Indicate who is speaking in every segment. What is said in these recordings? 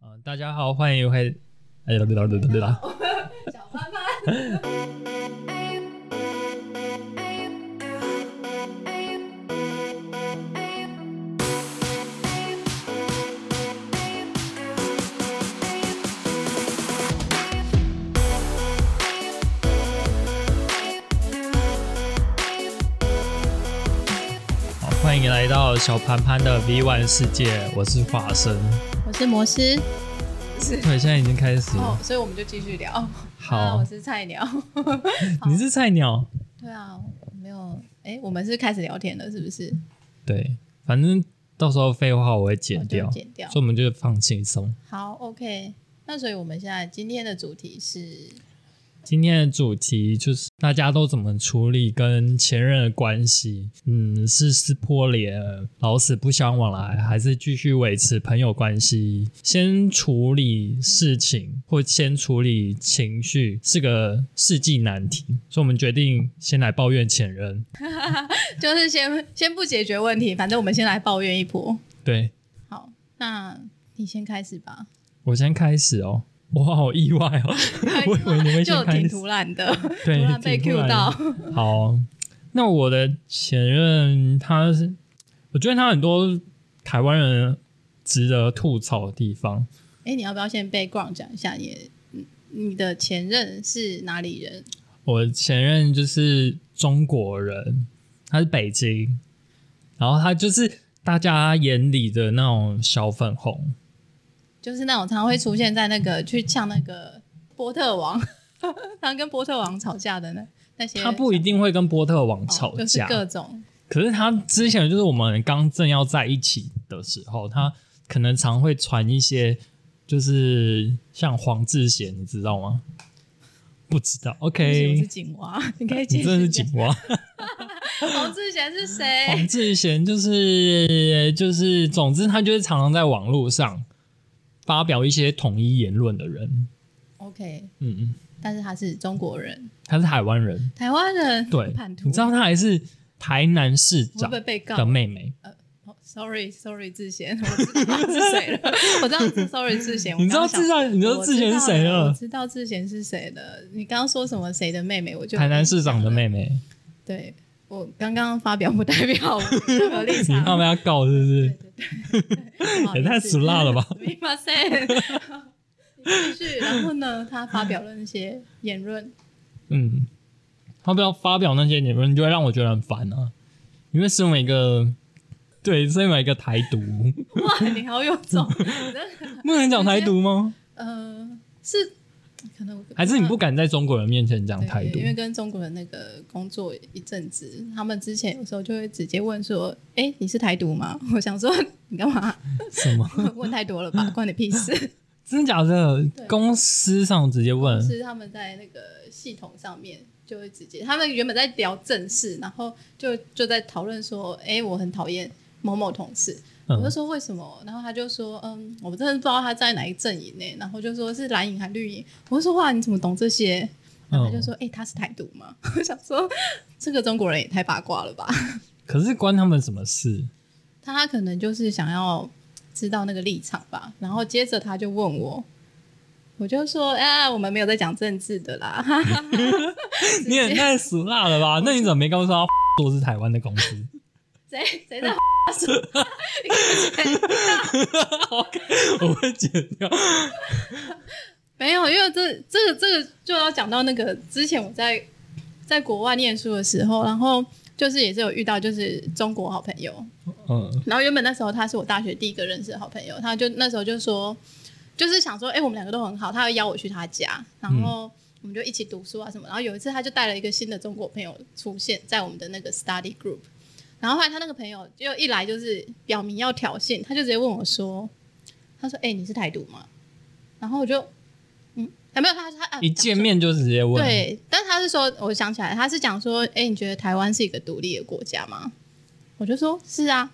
Speaker 1: 呃大家好，欢迎回。哎啦啦啦啦啦！
Speaker 2: 小潘潘，
Speaker 1: 好，欢迎来到小潘潘的 V One 世界，我是华生。
Speaker 2: 我是摩斯。是
Speaker 1: 对，现在已经开始
Speaker 2: 哦
Speaker 1: 了。，
Speaker 2: 所以我们就继续聊。啊
Speaker 1: 嗯好
Speaker 2: 我，是菜鸟。
Speaker 1: 你是菜鸟。
Speaker 2: 对啊，我没有。哎，我们是开始聊天了，是不是？
Speaker 1: 对，反正到时候废话我会剪掉，
Speaker 2: 我就剪掉
Speaker 1: 所以我们就放轻松。
Speaker 2: 好，OK。那所以我们现在今天的主题是，
Speaker 1: 今天的主题就是大家都怎么处理跟前任的关系，嗯，是撕破脸、老死不相往来，还是继续维持朋友关系？先处理事情或先处理情绪是个世纪难题，所以我们决定先来抱怨前任。
Speaker 2: 就是先先不解决问题，反正我们先来抱怨一波。
Speaker 1: 对
Speaker 2: 好，那你先开始吧。
Speaker 1: 我先开始哦，我好意外哦， 我以为你会先
Speaker 2: 就
Speaker 1: 开
Speaker 2: 挺
Speaker 1: 始。
Speaker 2: 突然的， 突
Speaker 1: 对，
Speaker 2: 然被
Speaker 1: 挺
Speaker 2: Q
Speaker 1: 突然的
Speaker 2: 到。
Speaker 1: 好，哦那我的前任他是，我觉得他很多台湾人值得吐槽的地方。
Speaker 2: 哎，你要不要先 background 讲一下你嗯你的前任是哪里人？
Speaker 1: 我前任就是中国人，他是北京，然后他就是大家眼里的那种小粉红，
Speaker 2: 就是那种常会出现在那个去呛那个波特王， 常跟波特王吵架的那那些，
Speaker 1: 他不一定会跟波特王
Speaker 2: 哦
Speaker 1: 吵
Speaker 2: 就是
Speaker 1: 架，
Speaker 2: 各种
Speaker 1: 可是他之前就是我们刚正要在一起的时候，他可能常会传一些，就是像黄志贤，你知道吗？不知道
Speaker 2: 不是
Speaker 1: ，OK，
Speaker 2: 我是井蛙， 你可以
Speaker 1: 哎你
Speaker 2: 解
Speaker 1: 真的
Speaker 2: 释
Speaker 1: 是
Speaker 2: 一下
Speaker 1: 井 蛙。
Speaker 2: 黄志贤是谁
Speaker 1: 黄？志贤就是就是，总之他就是常常在网络上发表一些统一言论的人。
Speaker 2: OK，
Speaker 1: 嗯嗯，
Speaker 2: 但是他是中国人，
Speaker 1: 他是台湾人，
Speaker 2: 台湾人，
Speaker 1: 对
Speaker 2: 叛，徒，
Speaker 1: 你知道他还是台南市
Speaker 2: 会
Speaker 1: 长
Speaker 2: 不会被告
Speaker 1: 的妹妹。
Speaker 2: ？Sorry，Sorry，志贤， 我知道是谁了，我知道是 Sorry 志贤，
Speaker 1: 你知道
Speaker 2: 我刚刚
Speaker 1: 志
Speaker 2: 想
Speaker 1: 贤，你知道
Speaker 2: 我
Speaker 1: 志贤是谁
Speaker 2: 了？我
Speaker 1: 了？
Speaker 2: 知道志贤是谁了。你刚刚说什么谁的妹妹？我就
Speaker 1: 台南市长的妹妹。
Speaker 2: 对我刚刚发表不代表我任何立
Speaker 1: 你
Speaker 2: 场。
Speaker 1: 怕被他告是不是？
Speaker 2: 也
Speaker 1: 也太俗辣了吧！
Speaker 2: 对马赛，继续。然后呢，他发表了那些言论，
Speaker 1: 嗯，他不要发表那些言论，就会让我觉得很烦啊。因为身为一个，对，身为一个台 独，
Speaker 2: 哇，你好有种！你真的
Speaker 1: 不能讲台独吗？
Speaker 2: 呃，是可能我
Speaker 1: 还是你不敢在中国人面前讲
Speaker 2: 对
Speaker 1: 台独
Speaker 2: 因？为跟中国人那个工作一阵子，他们之前有时候就会直接问说：“哎，你是台独吗？”我想说你干嘛？
Speaker 1: 什么？
Speaker 2: 问太多了 吧，关你屁事。
Speaker 1: 真的假的？公司上直接问，
Speaker 2: 是他们在那个系统上面就会直接，他们原本在聊正事，然后就就在讨论说，哎、我很讨厌某某同事，我就
Speaker 1: 嗯，
Speaker 2: 说为什么？然后他就说，嗯，我真的不知道他在哪一阵营呢，然后就说是蓝营还绿营，我就说哇，你怎么懂这些？然后他就说，哎、他是台独吗？ 我想说，这个中国人也太八卦了吧？
Speaker 1: 可是关他们什么事？
Speaker 2: 他可能就是想要知道那个立场吧。然后接着他就问我，我就说：“哎、我们没有在讲政治的啦。哈哈哈
Speaker 1: 你也太俗辣了 吧？那你怎么没告诉他 做是台湾的公司？
Speaker 2: 谁谁在说？ 你看不 见
Speaker 1: 我会剪掉。
Speaker 2: 没有，因为这这个这个就要讲到那个之前我在在国外念书的时候，然后就是也是有遇到就是中国好朋友，
Speaker 1: 嗯
Speaker 2: 然后原本那时候他是我大学第一个认识的好朋友，他就那时候就说，就是想说，哎、我们两个都很好，他要邀我去他家，然后
Speaker 1: 嗯
Speaker 2: 我们就一起读书啊什么。然后有一次他就带了一个新的中国朋友出现在我们的那个 study group，然后后来他那个朋友就一来就是表明要挑衅，他就直接问我说，他说，哎、你是台独吗？然后我就，嗯，还没有他他、啊、
Speaker 1: 一见面就直接问，
Speaker 2: 对，但他是说，我想起来，他是讲说，哎、你觉得台湾是一个独立的国家吗？我就说 是啊，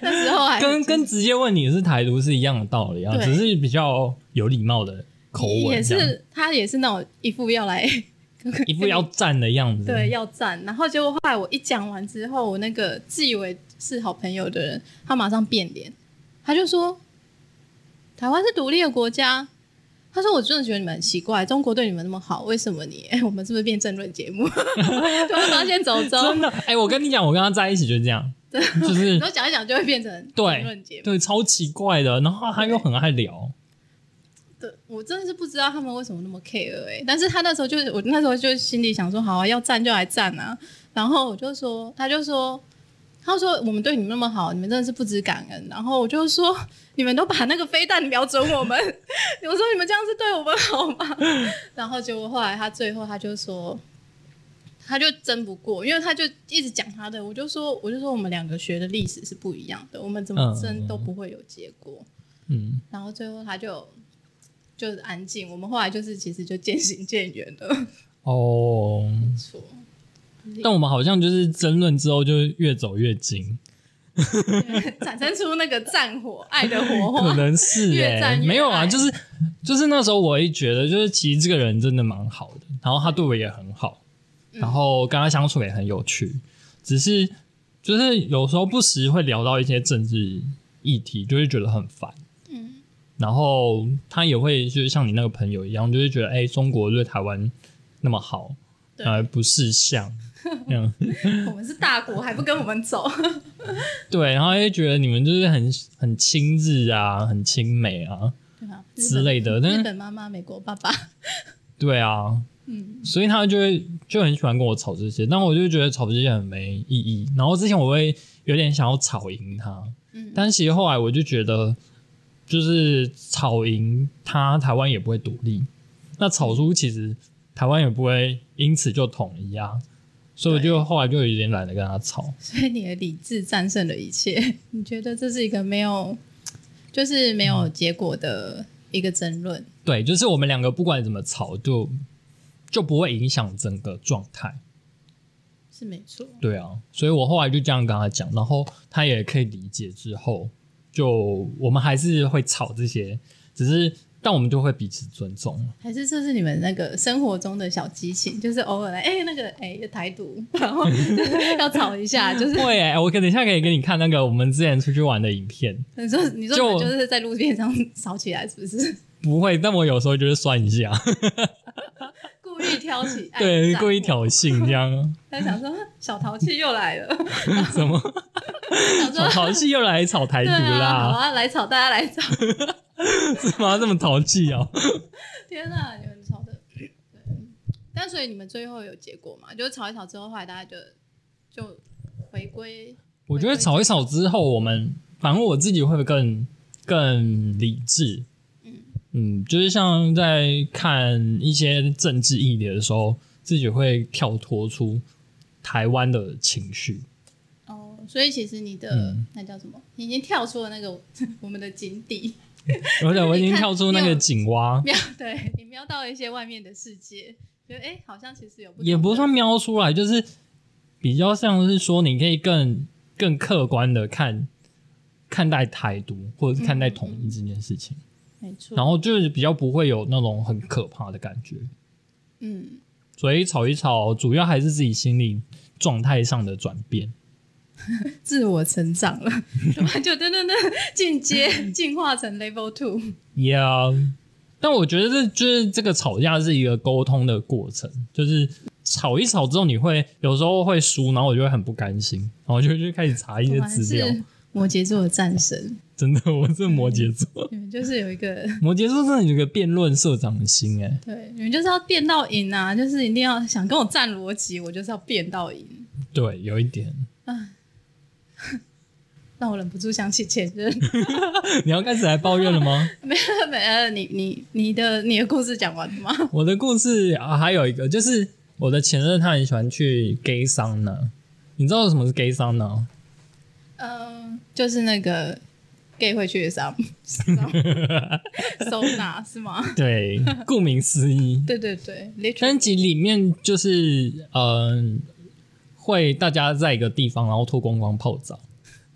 Speaker 2: 那时候还
Speaker 1: 跟跟直接问你是台独是一样的道理啊，
Speaker 2: 对
Speaker 1: 只是比较有礼貌的口
Speaker 2: 也
Speaker 1: 吻这样，嗯
Speaker 2: 是他也是那种一副要来
Speaker 1: 一副要站的样子。
Speaker 2: 对，要赞，然后结果后来我一讲完之后，我那个自以为是好朋友的人，他马上变脸，他就说台湾是独立的国家。他说：“我真的觉得你们很奇怪，中国对你们那么好，为什么你？ 哎、我们是不是变政论节目？ 怎么发现走中？
Speaker 1: 真的，哎、我跟你讲，我跟他在一起就是这样，就是
Speaker 2: 然后讲一讲就会变成
Speaker 1: 嗯对
Speaker 2: 评论节目。
Speaker 1: 对，超奇怪的。然后他又很爱聊，
Speaker 2: 对，我真的是不知道他们为什么那么 care 哎、但是他那时候就是我那时候就心里想说，好啊，要站就来站啊。然后我就说，他就说，他说我们对你们那么好，你们真的是不知感恩。然后我就说，你们都把那个飞弹瞄准我们， 我说你们这样是对我们好吗？ 然后结果后来他最后他就说。他就争不过，因为他就一直讲他的，我就说，我就说我们两个学的历史是不一样的，我们怎么
Speaker 1: 嗯
Speaker 2: 争都不会有结果。
Speaker 1: 嗯，
Speaker 2: 然后最后他就就是安静。我们后来就是其实就渐行渐远了，没
Speaker 1: 哦。
Speaker 2: 错。
Speaker 1: 但我们好像就是争论之后就越走越近，
Speaker 2: 产生出那个战火、爱的火
Speaker 1: 可
Speaker 2: 花。
Speaker 1: 能是
Speaker 2: 越
Speaker 1: 哎、
Speaker 2: 战越
Speaker 1: 没有啊，
Speaker 2: 爱
Speaker 1: 就是就是那时候我也觉得，就是其实这个人真的蛮好的，然后他对我也很好，
Speaker 2: 嗯
Speaker 1: 然后跟他相处也很有趣，只是就是有时候不时会聊到一些政治议题，就会觉得很烦。
Speaker 2: 嗯，
Speaker 1: 然后他也会就是像你那个朋友一样，就是觉得哎、中国对台湾那么好，
Speaker 2: 对
Speaker 1: 呃，不识相，这样
Speaker 2: 我们是大国，还不跟我们走。
Speaker 1: 对，然后就觉得你们就是很很亲日啊，很亲美啊
Speaker 2: 对啊，日
Speaker 1: 之
Speaker 2: 本
Speaker 1: 类的，但
Speaker 2: 日
Speaker 1: 是
Speaker 2: 本妈妈，美国爸爸。
Speaker 1: 对啊，
Speaker 2: 嗯，
Speaker 1: 所以他就会就很喜欢跟我吵这些，但我就觉得吵这些很没意义。然后之前我会有点想要吵赢他，
Speaker 2: 嗯
Speaker 1: 但其实后来我就觉得，就是吵赢他，台湾也不会独立。那吵输其实台湾也不会因此就统一啊，所以我就后来就有点懒得跟他吵。
Speaker 2: 所以你的理智战胜了一切。你觉得这是一个没有，就是没有结果的一个争论？
Speaker 1: 对，就是我们两个不管怎么吵就，就不会影响整个状态。
Speaker 2: 是没错。
Speaker 1: 对啊，所以我后来就这样跟他讲，然后他也可以理解。之后就我们还是会吵这些，只是但我们就会彼此尊重 了。
Speaker 2: 还是这是你们那个生活中的小激情，就是偶尔来哎、那个哎、台独，然后 要吵一下，就是
Speaker 1: 会、欸，我可等一下可以给你看那个我们之前出去玩的影片。
Speaker 2: 你说你说
Speaker 1: 就
Speaker 2: 你们就是在路边上吵起来，是不是？
Speaker 1: 不会，但我有时候就是酸一下，
Speaker 2: 故意挑起爱，
Speaker 1: 对，故意。挑衅这样。
Speaker 2: 他想说小淘气又来了，
Speaker 1: 什么？
Speaker 2: 想
Speaker 1: 吵
Speaker 2: 说
Speaker 1: 淘气又来炒台独
Speaker 2: 对啊，好
Speaker 1: 啦？
Speaker 2: 啊，来吵，大家来吵。
Speaker 1: 干嘛这么淘气哦？
Speaker 2: 天哪、你们吵的，对。但所以你们最后有结果嘛？就是吵一吵之后，后来大家就就回归，
Speaker 1: 我觉得吵一吵之后，我们反正我自己会更更理智。嗯，就是像在看一些政治议题的时候，自己会跳脱出台湾的情绪。
Speaker 2: 哦，所以其实你的、
Speaker 1: 嗯
Speaker 2: 那叫什么？你已经跳出了那个 我们的井底，
Speaker 1: 而且我已经
Speaker 2: 你看
Speaker 1: 跳出那个井蛙，
Speaker 2: 瞄对你瞄到一些外面的世界，觉得哎、诶好像其实有不同的
Speaker 1: 也不算瞄出来，就是比较像是说，你可以更更客观的看看待台独或者是看待统一这件事情，
Speaker 2: 没错，
Speaker 1: 然后就是比较不会有那种很可怕的感觉。
Speaker 2: 嗯，
Speaker 1: 所以吵一吵，主要还是自己心理状态上的转变。
Speaker 2: 自我成长 了，怎么就噔噔噔进阶进化成 level two？
Speaker 1: Yeah，但我觉得这就是这个吵架是一个沟通的过程，就是吵一吵之后，你会有时候会输，然后我就会很不甘心，然后就就开始查一些
Speaker 2: 果然
Speaker 1: 资料。
Speaker 2: 是摩羯座的战神，
Speaker 1: 真的，我是摩羯座，
Speaker 2: 你们就是有一个
Speaker 1: 摩羯座真的有个辩论社长的心哎、
Speaker 2: 对，你们就是要变到赢啊，就是一定要想跟我战逻辑，我就是要变到赢，
Speaker 1: 对，有一点。
Speaker 2: 让我忍不住想起前任。
Speaker 1: 你要开始来抱怨了吗？
Speaker 2: 没有 没有，你你你的你的故事讲完了吗？
Speaker 1: 我的故事啊，还有一个就是我的前任他很喜欢去 gay 桑呢。你知道什么是 gay 桑呢？
Speaker 2: 嗯、就是那个 gay 会去的商 收纳是吗？
Speaker 1: 对，顾名思义。
Speaker 2: 对对对，
Speaker 1: 专
Speaker 2: literally
Speaker 1: 辑里面就是嗯、会大家在一个地方，然后脱光光泡澡，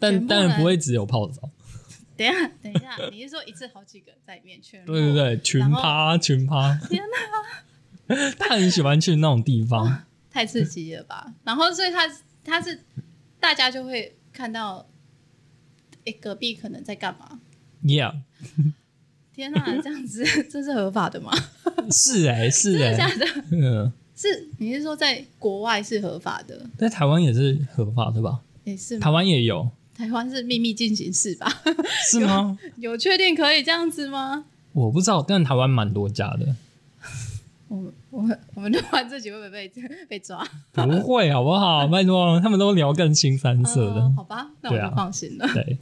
Speaker 1: 但
Speaker 2: 全部
Speaker 1: 当然
Speaker 2: 人
Speaker 1: 不会只有泡澡。
Speaker 2: 等一下等一下，你是说一次好几个在里面圈？
Speaker 1: 对对。对，群趴群趴，
Speaker 2: 哦 天哪，
Speaker 1: 他很喜欢去那种地 方。
Speaker 2: 太刺激了吧！然后所以他他是大家就会看到，诶，隔壁可能在干嘛？
Speaker 1: Yeah，
Speaker 2: 天哪、这样 子这是合法的吗？
Speaker 1: 是哎、是哎、
Speaker 2: 真的假的？
Speaker 1: 嗯，
Speaker 2: 是你是说在国外是合法的？
Speaker 1: 在台湾也是合法的吧？
Speaker 2: 也是
Speaker 1: 台
Speaker 2: 吗？
Speaker 1: 湾也有
Speaker 2: 台湾是秘密进行式吧？
Speaker 1: 是吗？
Speaker 2: 有确定可以这样子吗？
Speaker 1: 我不知道，但台湾蛮多家的，
Speaker 2: 我们我们我们录完这集会不会被被抓？
Speaker 1: 不会好不好？拜托，他们都聊更新三色的
Speaker 2: 嗯，好吧，那我
Speaker 1: 对啊
Speaker 2: 就放心了。
Speaker 1: 对。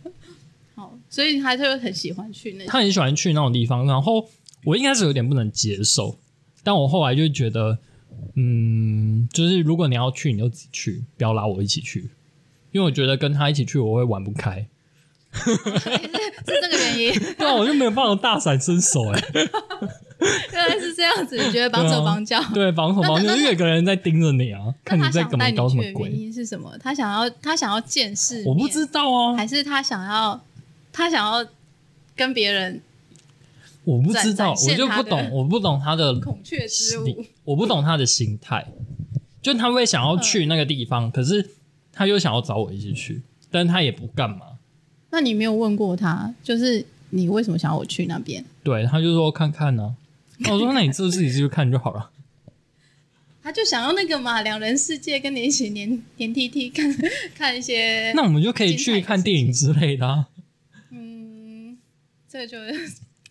Speaker 2: 好，所以他就会很喜 欢去那
Speaker 1: 他很喜欢去那种地方，然后我一开始有点不能接受，但我后来就觉得，嗯，就是如果你要去，你就自己去，不要拉我一起去，因为我觉得跟他一起去我会玩不开，
Speaker 2: 是这个原因，
Speaker 1: 对啊，我就没有办法大展身手哎、
Speaker 2: 原来是这样子，你觉得帮
Speaker 1: 对啊
Speaker 2: 手帮脚。
Speaker 1: 对，绑手绑脚，
Speaker 2: 那那
Speaker 1: 因为有个人在盯着你啊，
Speaker 2: 那
Speaker 1: 看
Speaker 2: 他
Speaker 1: 在
Speaker 2: 想
Speaker 1: 干
Speaker 2: 带
Speaker 1: 嘛
Speaker 2: 你
Speaker 1: 搞什
Speaker 2: 去
Speaker 1: 么
Speaker 2: 的原
Speaker 1: 鬼，
Speaker 2: 因是什么？他想要他想要见世面，
Speaker 1: 我不知道啊，
Speaker 2: 还是他想要他想要跟别人
Speaker 1: 我不知道，
Speaker 2: 展现
Speaker 1: 我就不
Speaker 2: 他的
Speaker 1: 懂，我不懂他的
Speaker 2: 孔雀之舞
Speaker 1: 你？我不懂他的心态，就他会想要去那个地方，可是他又想要找我一起去，但他也不干嘛。
Speaker 2: 那你没有问过他，就是你为什么想要我去那边？
Speaker 1: 对，他就说看看 呢、那我说那你就自己去看就好了。
Speaker 2: 他就想要那个嘛，两人世界，跟你一起黏黏 T T 看看一些，
Speaker 1: 那我们就可以去
Speaker 2: 精彩的
Speaker 1: 看电影之类的、啊。
Speaker 2: 嗯，这个就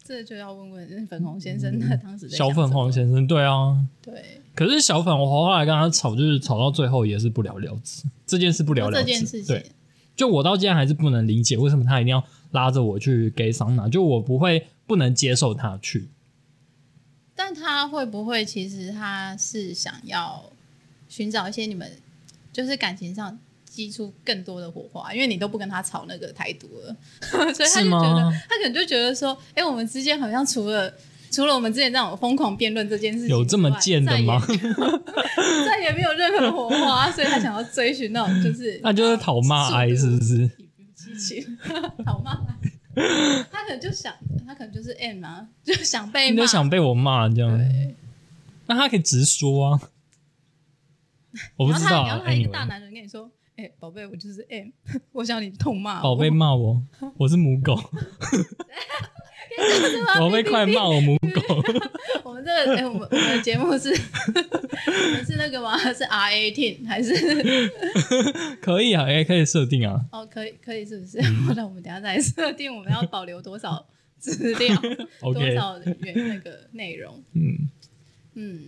Speaker 2: 这个就要问问粉红先生他当时在
Speaker 1: 小
Speaker 2: 想
Speaker 1: 粉
Speaker 2: 什么
Speaker 1: 红先生，对啊。
Speaker 2: 对，
Speaker 1: 可是小粉红我后来跟他吵，就是吵到最后也是不了了之，这件事不了
Speaker 2: 那
Speaker 1: 了
Speaker 2: 哦这
Speaker 1: 之。
Speaker 2: 件事
Speaker 1: 对
Speaker 2: 情，
Speaker 1: 就我到现在还是不能理解为什么他一定要拉着我去 gay 桑拿，就我不会不能接受他去。
Speaker 2: 但他会不会其实他是想要寻找一些你们就是感情上激出更多的火花？因为你都不跟他吵那个台独了， 所以他
Speaker 1: 是
Speaker 2: 就觉
Speaker 1: 吗
Speaker 2: 得他可能就觉得说，哎、我们之间好像除了除了我们之前那种疯狂辩论这件事情之外，
Speaker 1: 有这么贱的吗
Speaker 2: 再也没有再也没 有任何火花，所以他想要追寻那种就是
Speaker 1: 那就是讨骂挨，是
Speaker 2: 啊
Speaker 1: 不是？
Speaker 2: 比不激情， 好吗？他可能就想，他可能就是 M 啊，就想被
Speaker 1: 你
Speaker 2: 骂
Speaker 1: 就。想被我骂这样？
Speaker 2: 对
Speaker 1: 那他可以直说啊。我不知道啊
Speaker 2: 然后他然后他一个大
Speaker 1: ，anyway，
Speaker 2: 男人跟你说：“哎、宝贝，我就是 M，我 想你痛骂
Speaker 1: 宝贝骂我，我是母狗，宝贝快！骂 我母狗。
Speaker 2: 我我们这个哎、我们我们的节目是我们是那个吗？是 R A T 还是
Speaker 1: 可以啊，哎、可以设定啊。
Speaker 2: 哦？可以可以是不是？
Speaker 1: 嗯
Speaker 2: 那我们等一下再设定我们要保留多少资料，多
Speaker 1: OK，
Speaker 2: 少原那个内容。
Speaker 1: 嗯，
Speaker 2: 嗯，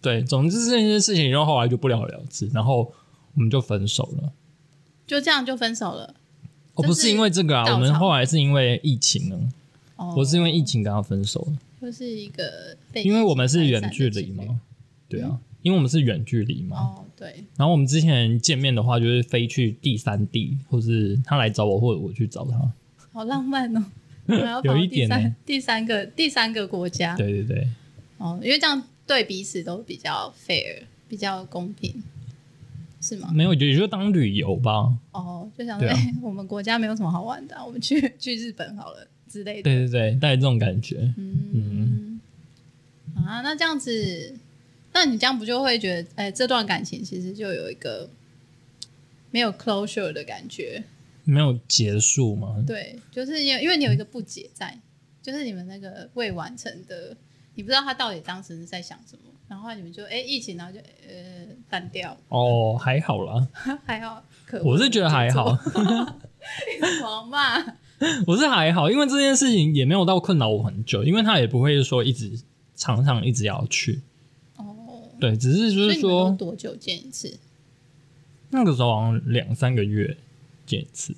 Speaker 1: 对，总之这件事情然后后来就不了了之，然后我们就分手了。
Speaker 2: 就这样就分手了。
Speaker 1: 哦，
Speaker 2: 这是
Speaker 1: 不是因为这个
Speaker 2: 稻
Speaker 1: 啊，
Speaker 2: 草
Speaker 1: 我们后来是因为疫情呢，
Speaker 2: 哦，
Speaker 1: 我是因为疫情跟他分手了，
Speaker 2: 就是一个被
Speaker 1: 因为我们是
Speaker 2: 改
Speaker 1: 远
Speaker 2: 善的
Speaker 1: 距离
Speaker 2: 情侣。嗯
Speaker 1: 嘛，对啊，因为我们是远距离嘛，
Speaker 2: 哦，对，
Speaker 1: 然后我们之前见面的话，就是飞去第三地，或是他来找我，或者我去找他。
Speaker 2: 好浪漫哦。然后
Speaker 1: 有
Speaker 2: 跑
Speaker 1: 一
Speaker 2: 到第
Speaker 1: 点欸
Speaker 2: 三、
Speaker 1: 呢
Speaker 2: 第三个第三个国家，
Speaker 1: 对对对，
Speaker 2: 哦，因为这样对彼此都比较 fair，比较公平，是吗？
Speaker 1: 没有，也就当旅游吧。
Speaker 2: 哦，就想说，
Speaker 1: 对啊
Speaker 2: 哎、我们国家没有什么好玩的啊、我们去去日本好了之类的。
Speaker 1: 对对对，大概这种感觉。
Speaker 2: 嗯，啊，那这样子，那你这样不就会觉得，哎、这段感情其实就有一个没有 closure 的感觉？
Speaker 1: 没有结束嘛？
Speaker 2: 对，就是因为因为你有一个不解在，就是你们那个未完成的，你不知道他到底当时是在想什么，然后你们就哎、疫情，然后就呃淡掉。
Speaker 1: 哦，还好啦，
Speaker 2: 还好，可恶
Speaker 1: 我是觉得还好，，
Speaker 2: 狂骂，
Speaker 1: 我是还好，因为这件事情也没有到困扰我很久，因为他也不会说一直常常一直要去。
Speaker 2: 哦，
Speaker 1: 对，只是就
Speaker 2: 所以
Speaker 1: 是
Speaker 2: 你们都
Speaker 1: 说
Speaker 2: 多久见一次？
Speaker 1: 那个时候好像两三个月见一次，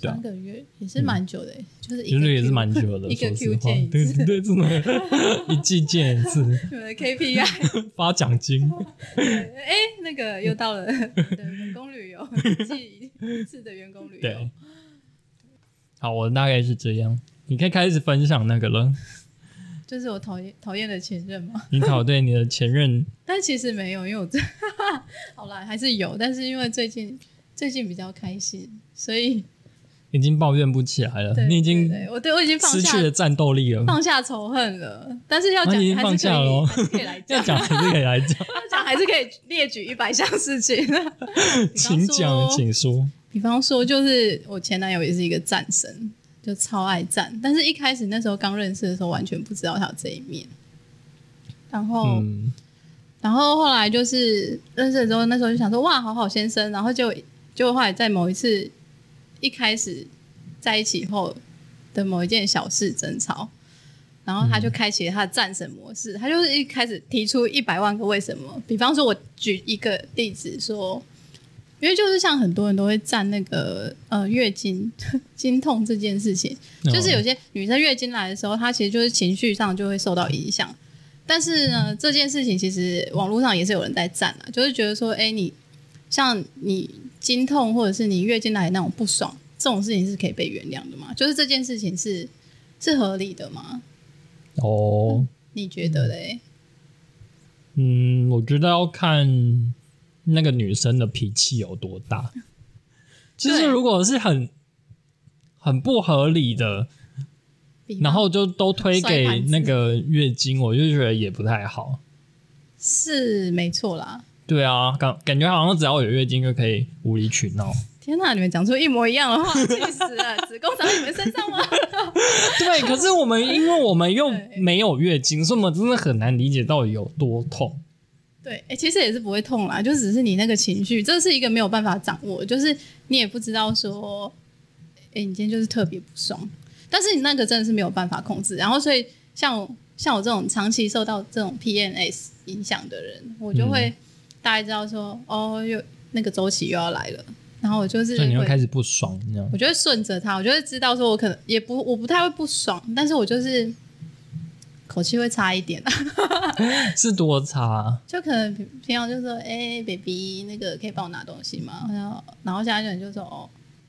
Speaker 1: 对啊
Speaker 2: 三个月也是蛮久的欸，就是一
Speaker 1: 其
Speaker 2: 个
Speaker 1: 实也是
Speaker 2: Q-
Speaker 1: 蛮久的。
Speaker 2: 一个
Speaker 1: 说
Speaker 2: Q
Speaker 1: 实话
Speaker 2: 见，一
Speaker 1: 对对
Speaker 2: 次
Speaker 1: 对，真的，一季见一次，
Speaker 2: 你们 的 KPI。
Speaker 1: 发奖金。
Speaker 2: 哎，那个又到了 对员工旅游， 一季一次的员工旅游
Speaker 1: 对。，好，我大概是这样。你可以开始分享那个了。
Speaker 2: 就是我讨厌讨厌的前任嘛，
Speaker 1: 你讨对你的前任，
Speaker 2: 但其实没有，因为我这 好啦，还是有，但是因为最近最近比较开心，所以
Speaker 1: 已经抱怨不起来了
Speaker 2: 对，
Speaker 1: 啊你已
Speaker 2: 对对
Speaker 1: 经
Speaker 2: 对我对我已经放
Speaker 1: 失
Speaker 2: 下
Speaker 1: 去了战斗力了。
Speaker 2: 放下仇恨了，但是要讲
Speaker 1: 啊你已经
Speaker 2: 还
Speaker 1: 放
Speaker 2: 是可
Speaker 1: 下了哦
Speaker 2: 以，还是可以来
Speaker 1: 要
Speaker 2: 讲。
Speaker 1: 讲还是可以来讲，
Speaker 2: 要讲还是可以列举一百项事情。
Speaker 1: 请
Speaker 2: 比方
Speaker 1: 讲，
Speaker 2: 说哦
Speaker 1: 请说。
Speaker 2: 比方说，就是我前男友也是一个战神，就超爱赞。但是一开始那时候刚认识的时候，完全不知道他有这一面。然后，
Speaker 1: 嗯
Speaker 2: 然后后来就是认识了之后，那时候就想说哇，好好先生。然后就就后来在某一次一开始在一起后的某一件小事争吵，然后他就开启了他的战神模式。他就是一开始提出一百万个为什么。比方说，我举一个例子说，因为就是像很多人都会占那个呃月经 经痛这件事情，
Speaker 1: 嗯
Speaker 2: 就是有些女生月经来的时候，她其实就是情绪上就会受到影响。但是呢，这件事情其实网络上也是有人在站啊，就是觉得说，哎、你像你经痛或者是你月经来那种不爽，这种事情是可以被原谅的嘛？就是这件事情是是合理的吗？
Speaker 1: 哦，
Speaker 2: 你觉得嘞？
Speaker 1: 嗯，我觉得要看那个女生的脾气有多 大。就是
Speaker 2: 对
Speaker 1: 如果是很很不合理的，
Speaker 2: 嗯比
Speaker 1: 然
Speaker 2: 方
Speaker 1: 后就都推
Speaker 2: 摔
Speaker 1: 给
Speaker 2: 盘子
Speaker 1: 那个月经，我就觉得也不太好。
Speaker 2: 是没错啦。
Speaker 1: 对啊，感感觉好像只要有月经就可以无理取 闹。
Speaker 2: 天哪、你们讲出一模一样的话，气死了！子宫长在你们身上吗？
Speaker 1: 对，可是我们因为我们又
Speaker 2: 对
Speaker 1: 没有月经，所以我们真的很难理解到底有多痛。
Speaker 2: 对，哎、其实也是不会痛啦，就只是你那个情绪，这是一个没有办法掌握，就是你也不知道说，哎、你今天就是特别不爽，但是你那个真的是没有办法控制。然后，所以像我像我这种长期受到这种 PNS 影响的人，我就
Speaker 1: 嗯
Speaker 2: 会大概知道说，哦，又那个周期又要来了，然后我就是
Speaker 1: 所以你会
Speaker 2: 会
Speaker 1: 开始不爽，你知道吗？
Speaker 2: 我就会顺着他，我就会知道说，我可能也不，我不太会不爽，但是我就是口气会差一点，
Speaker 1: 是多差？啊
Speaker 2: 就可能平平常就说，哎、b a b y 那个可以帮我拿东西吗？然后，然后现在就就说，哦，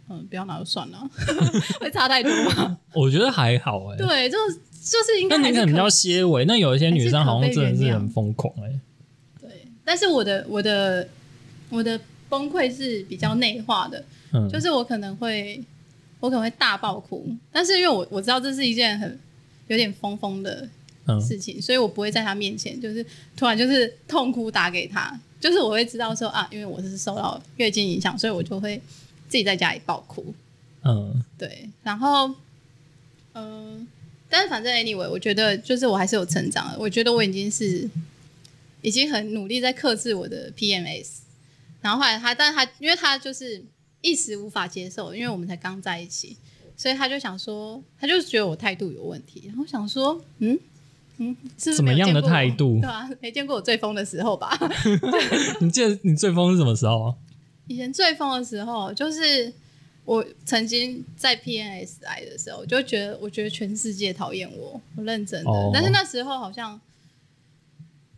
Speaker 2: 嗯，不要拿就算了， 会差太多吗？
Speaker 1: 我觉得还好哎、
Speaker 2: 对，就是就是应
Speaker 1: 那
Speaker 2: 该
Speaker 1: 你
Speaker 2: 还
Speaker 1: 可
Speaker 2: 是
Speaker 1: 能比
Speaker 2: 可
Speaker 1: 较些微，那有一些女生好像真的
Speaker 2: 还是可被
Speaker 1: 是
Speaker 2: 原谅
Speaker 1: 很疯狂哎、
Speaker 2: 对，但是我的我的我的崩溃是比较内化的，
Speaker 1: 嗯，
Speaker 2: 就是我可能会，我可能会大爆哭，但是因为我我知道这是一件很有点疯疯的
Speaker 1: 嗯
Speaker 2: 事情，所以我不会在他面前就是突然就是痛哭打给他，就是我会知道说啊，因为我是受到月经影响，所以我就会自己在家里爆哭。
Speaker 1: 嗯
Speaker 2: 对，然后嗯、呃但是反正 anyway，我觉得就是我还是有成长的，我觉得我已经是已经很努力在克制我的 PMS。然后后来他，但是他因为他就是一时无法接受，因为我们才刚在一起，所以他就想说，他就觉得我态度有问题，然后想说，嗯嗯，是不是
Speaker 1: 怎么
Speaker 2: 没有
Speaker 1: 样
Speaker 2: 见
Speaker 1: 的
Speaker 2: 过我
Speaker 1: 态度
Speaker 2: 对啊，没见过我最疯的时候吧。
Speaker 1: 你记得你最疯是什么时候啊？
Speaker 2: 以前最疯的时候，就是我曾经在 PNSI 的时候，我就觉得我觉得全世界讨厌我，我认真的。
Speaker 1: 哦
Speaker 2: 但是那时候好像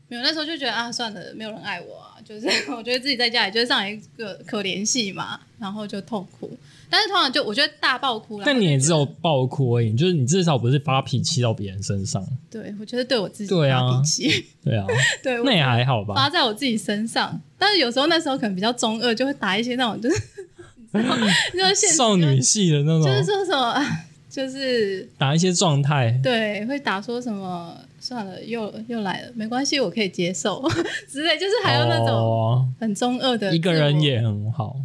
Speaker 2: 没有，那时候就觉得啊，算了，没有人爱我啊，就是 我觉得自己在家里就是上一个可怜戏嘛，然后就痛哭。但是通常就我觉得大爆哭啦。
Speaker 1: 但你也
Speaker 2: 我就
Speaker 1: 只
Speaker 2: 觉
Speaker 1: 有
Speaker 2: 得
Speaker 1: 爆哭而已，就是你至少不是发脾气到别人身上。
Speaker 2: 对，我觉得对我自己
Speaker 1: 对啊
Speaker 2: 发脾气，
Speaker 1: 对啊，
Speaker 2: 对我
Speaker 1: 那也还好吧
Speaker 2: 发。在我自己身上。但是有时候那时候可能比较中二，就会打一些那种就是 你知道，就是现实
Speaker 1: 少
Speaker 2: 中
Speaker 1: 女系的那
Speaker 2: 就是
Speaker 1: 种，
Speaker 2: 说什么， 啊就是
Speaker 1: 打一些状态，
Speaker 2: 对，会打说什么算了，又又来了，没关系，我可以接受 之类，就是还有那种
Speaker 1: 哦
Speaker 2: 很中二的
Speaker 1: 一个人
Speaker 2: 自我，
Speaker 1: 也很好。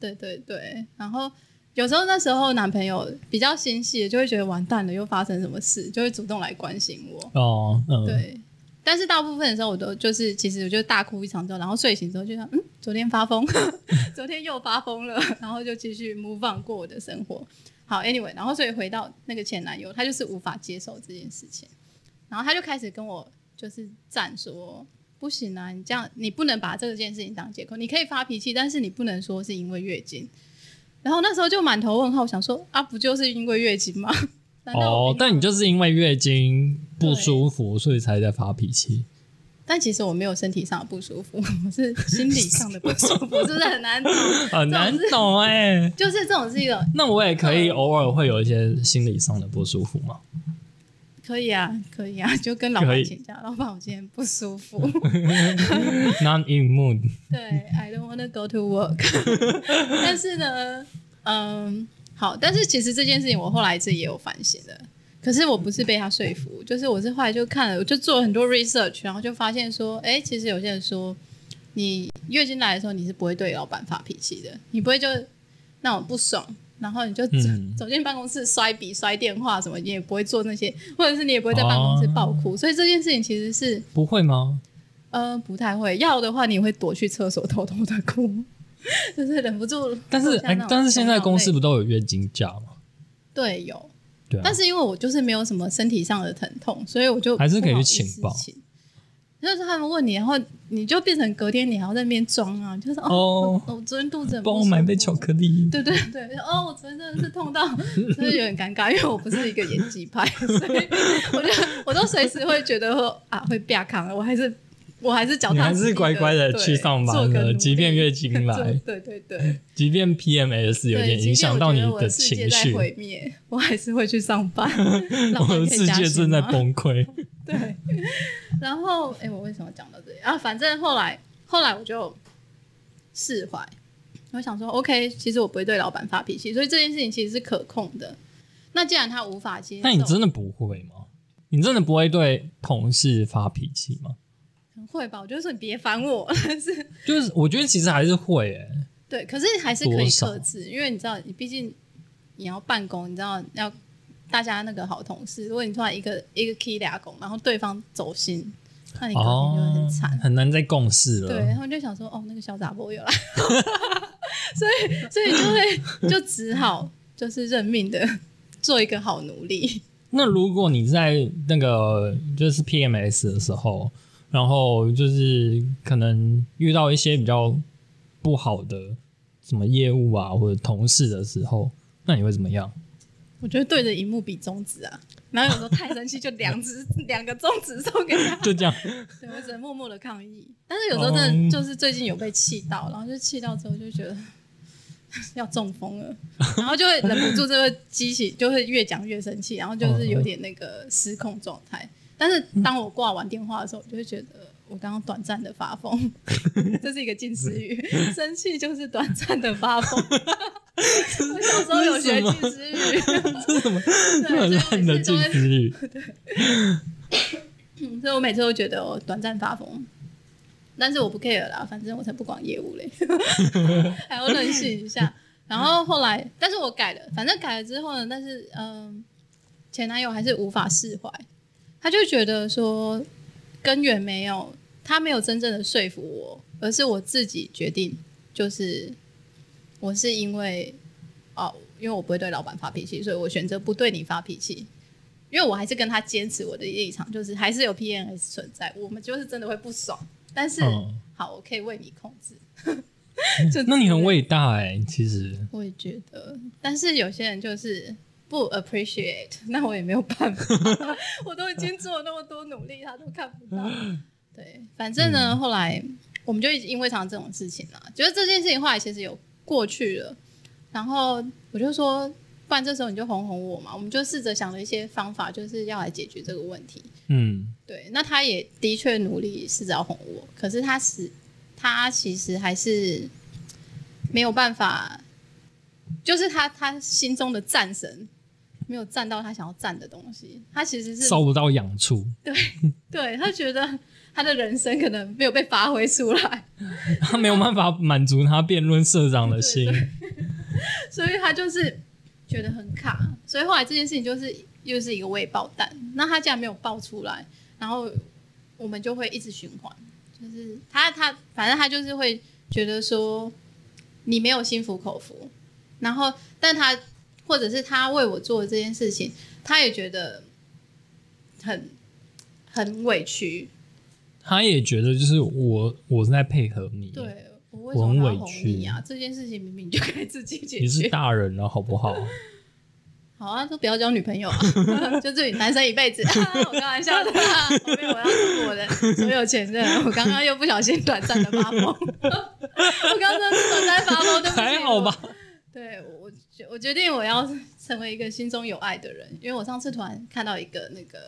Speaker 2: 对对对。然后有时候那时候男朋友比较心细的，就会觉得完蛋了，又发生什么事，就会主动来关心我。
Speaker 1: 哦，嗯，
Speaker 2: 对，但是大部分的时候我都就是其实我就大哭一场之后，然后睡醒之后就想，嗯，昨天发疯， 昨天又发疯了，然后就继续 move on 过我的生活。好，anyway，然后所以回到那个前男友，他就是无法接受这件事情，然后他就开始跟我就是站说。不行啊！你这样，你不能把这件事情当借口。你可以发脾气，但是你不能说是因为月经。然后那时候就满头问号，我想说啊，不就是因为月经吗？ 难道我
Speaker 1: 哦，
Speaker 2: 平
Speaker 1: 但
Speaker 2: 常
Speaker 1: 你就是因为月经不舒服，所以才在发脾气。
Speaker 2: 但其实我没有身体上的不舒服， 我是心理上的不舒 服，是不是很难懂？
Speaker 1: 很难懂哎、
Speaker 2: 就是这种是一种
Speaker 1: 那我也可以
Speaker 2: 嗯
Speaker 1: 偶尔会有一些心理上的不舒服嘛。
Speaker 2: 可以啊，可以啊，就跟老
Speaker 1: 可
Speaker 2: 板
Speaker 1: 以
Speaker 2: 请假，老板我今天不舒服，
Speaker 1: Not in mood，
Speaker 2: 对，I don't wanna go to work。但 是呢，嗯，好，但是其实这件事情我后来自己也有反省的，可是我不是被他说服，就是我是后来就看了，我就做了很多 research，然后就发现说，哎、其实有些人说，你月经来的时候你是不会对老板发脾气的，你不会就那种不爽，然后你就走,、
Speaker 1: 嗯
Speaker 2: 走进办公室摔笔、摔电话什么，你也不会做那些，或者是你也不会在办公室
Speaker 1: 哦
Speaker 2: 爆哭。所以这件事情其实是
Speaker 1: 不会吗？
Speaker 2: 呃不太会，要的话你会躲去厕所偷偷的哭， 就是忍不住。
Speaker 1: 但是哎、但是现在公司
Speaker 2: 不
Speaker 1: 不都有月经假吗？
Speaker 2: 对有，
Speaker 1: 对啊，
Speaker 2: 但是因为我就是没有什么身体上的疼痛，所以我就
Speaker 1: 还是可以
Speaker 2: 不好
Speaker 1: 去
Speaker 2: 意思
Speaker 1: 请报
Speaker 2: 请。就是他们问你，然后你就变成隔天你还要在那边装啊，就是哦
Speaker 1: 哦，
Speaker 2: 我我昨天肚子很不
Speaker 1: 帮我买
Speaker 2: 舒
Speaker 1: 杯
Speaker 2: 服
Speaker 1: 巧克力。
Speaker 2: 对对对，哦，我昨天真的是 痛到，真的有点尴尬，因为我不是一个演技派，所 以我就我都随时会觉得说啊会变康了，我还是我还是脚
Speaker 1: 你
Speaker 2: 踏
Speaker 1: 还
Speaker 2: 实地
Speaker 1: 是乖乖
Speaker 2: 的
Speaker 1: 的去上班了，即便月经 来，
Speaker 2: 对对对，
Speaker 1: 即便 PMS 有
Speaker 2: 对
Speaker 1: 点影
Speaker 2: 即便
Speaker 1: 响
Speaker 2: 我
Speaker 1: 到
Speaker 2: 觉
Speaker 1: 你
Speaker 2: 得我世
Speaker 1: 情
Speaker 2: 界在
Speaker 1: 绪，
Speaker 2: 毁灭，我还是会去 上班。
Speaker 1: 我
Speaker 2: 我
Speaker 1: 的世界正在崩溃。
Speaker 2: 对，然后哎、诶我为什么讲到这里啊？反正后来后来我就释怀，我想说，OK，其实我不会对老板发脾气，所以这件事情其实是可控的。那既然他无法接受，
Speaker 1: 那你真的不会吗？你真的不会对同事发脾气吗？
Speaker 2: 很会吧？我就说你别烦我， 但是
Speaker 1: 就是我觉得其实还是会哎诶、
Speaker 2: 对，可是还是可
Speaker 1: 多
Speaker 2: 以
Speaker 1: 少
Speaker 2: 克制，因为你知道，你毕竟你要办公，你知道要大家那个好同事，如果你突然一个一个 key 俩拱，然后对方走心，那你隔天就会很惨。
Speaker 1: 哦
Speaker 2: 啊
Speaker 1: 很难再共事了。
Speaker 2: 对，然后就想说，哦，那个小杂波又来， 所以所以就会就只好就是认命的做一个好奴隶。
Speaker 1: 那如果你在那个就是 PMS 的时候，然后就是可能遇到一些比较不好的什么业务啊或者同事的时候，那你会怎么 样？
Speaker 2: 我觉得对着荧幕比中指啊，然后有时候太生气就两只两个中指送给他，
Speaker 1: 就这样，
Speaker 2: 对我只能默默的抗议。但是有时候
Speaker 1: 哦
Speaker 2: 真的就是最近有被气到，然后就气到之后就觉得 要中风了，然后就会忍不住就会激起，就会越讲越生气，然后就是有点那个失控状态。但是当我挂完电话的时候，我就会觉得我刚刚短暂的发疯， 这是一个近似语，生气就是短暂的发疯。 我小时候有学近似语，
Speaker 1: 这是什么这
Speaker 2: 对，
Speaker 1: 很
Speaker 2: 所以
Speaker 1: 烂
Speaker 2: 我
Speaker 1: 的
Speaker 2: 每次
Speaker 1: 句
Speaker 2: 都会
Speaker 1: 子语？
Speaker 2: 嗯所以我每次都觉得我短暂发疯，但是我不 care 啦，反正我才不管业务嘞，还要任性一下。然后后来，但是我改了，反正改了之后呢，但是嗯、前男友还是无法释怀，他就觉得说根源没有，他没有真正的说服我，而是我自己决定，就是我是因为哦，因为我不会对老板发脾气，所以我选择不对你发脾气。因为我还是跟他坚持我的立场，就是还是有 PNS 存在，我们就是真的会不爽，但是、
Speaker 1: 嗯
Speaker 2: 好，我可以为你控制。
Speaker 1: 那你很伟大哎、其实
Speaker 2: 我也觉得，但是有些人就是不 appreciate，那我也没有办法， 我都已经做了那么多努力，他都看不 到。对，反正呢，
Speaker 1: 嗯
Speaker 2: 后来我们就一直因为常常这种事情啊，觉得这件事情后来其实有过去了，然后我就说，不然这时候你就哄哄我嘛，我们就试着想了一些方法，就是要来解决这个问题。
Speaker 1: 嗯，
Speaker 2: 对，那他也的确努力试着要哄我，可是他是他其实还是没有办法，就是他他心中的战神没有站到他想要站的东西，他其实是
Speaker 1: 烧不到痒处，
Speaker 2: 对他觉得他的人生可能没有被发挥出来，
Speaker 1: 他没有办法满足他辩论社长的心。
Speaker 2: 所以他就是觉得很卡，所以后来这件事情就是又是一个未爆弹。那他既然没有爆出来，然后我们就会一直循环，就是他他反正他就是会觉得说你没有心服口服，然后但他或者是他为我做的这件事情，他也觉得很很委屈，
Speaker 1: 他也觉得就是我我是在配合你，
Speaker 2: 对我为什
Speaker 1: 我很
Speaker 2: 么还要
Speaker 1: 委
Speaker 2: 哄
Speaker 1: 屈
Speaker 2: 你啊？这件事情明明就该自己解决。
Speaker 1: 你是大人了好不好？
Speaker 2: 好啊，都不要交女朋友 啊，就祝你单身一辈子。 我开玩笑的啦，我没有我要祝我的所有前任。我刚刚又不小心短暂的发疯， 我刚刚真的是短暂发疯，对不起。
Speaker 1: 还好吧？
Speaker 2: 对，我决我决定我要成为一个心中有爱的人，因为我上次突然看到一个那个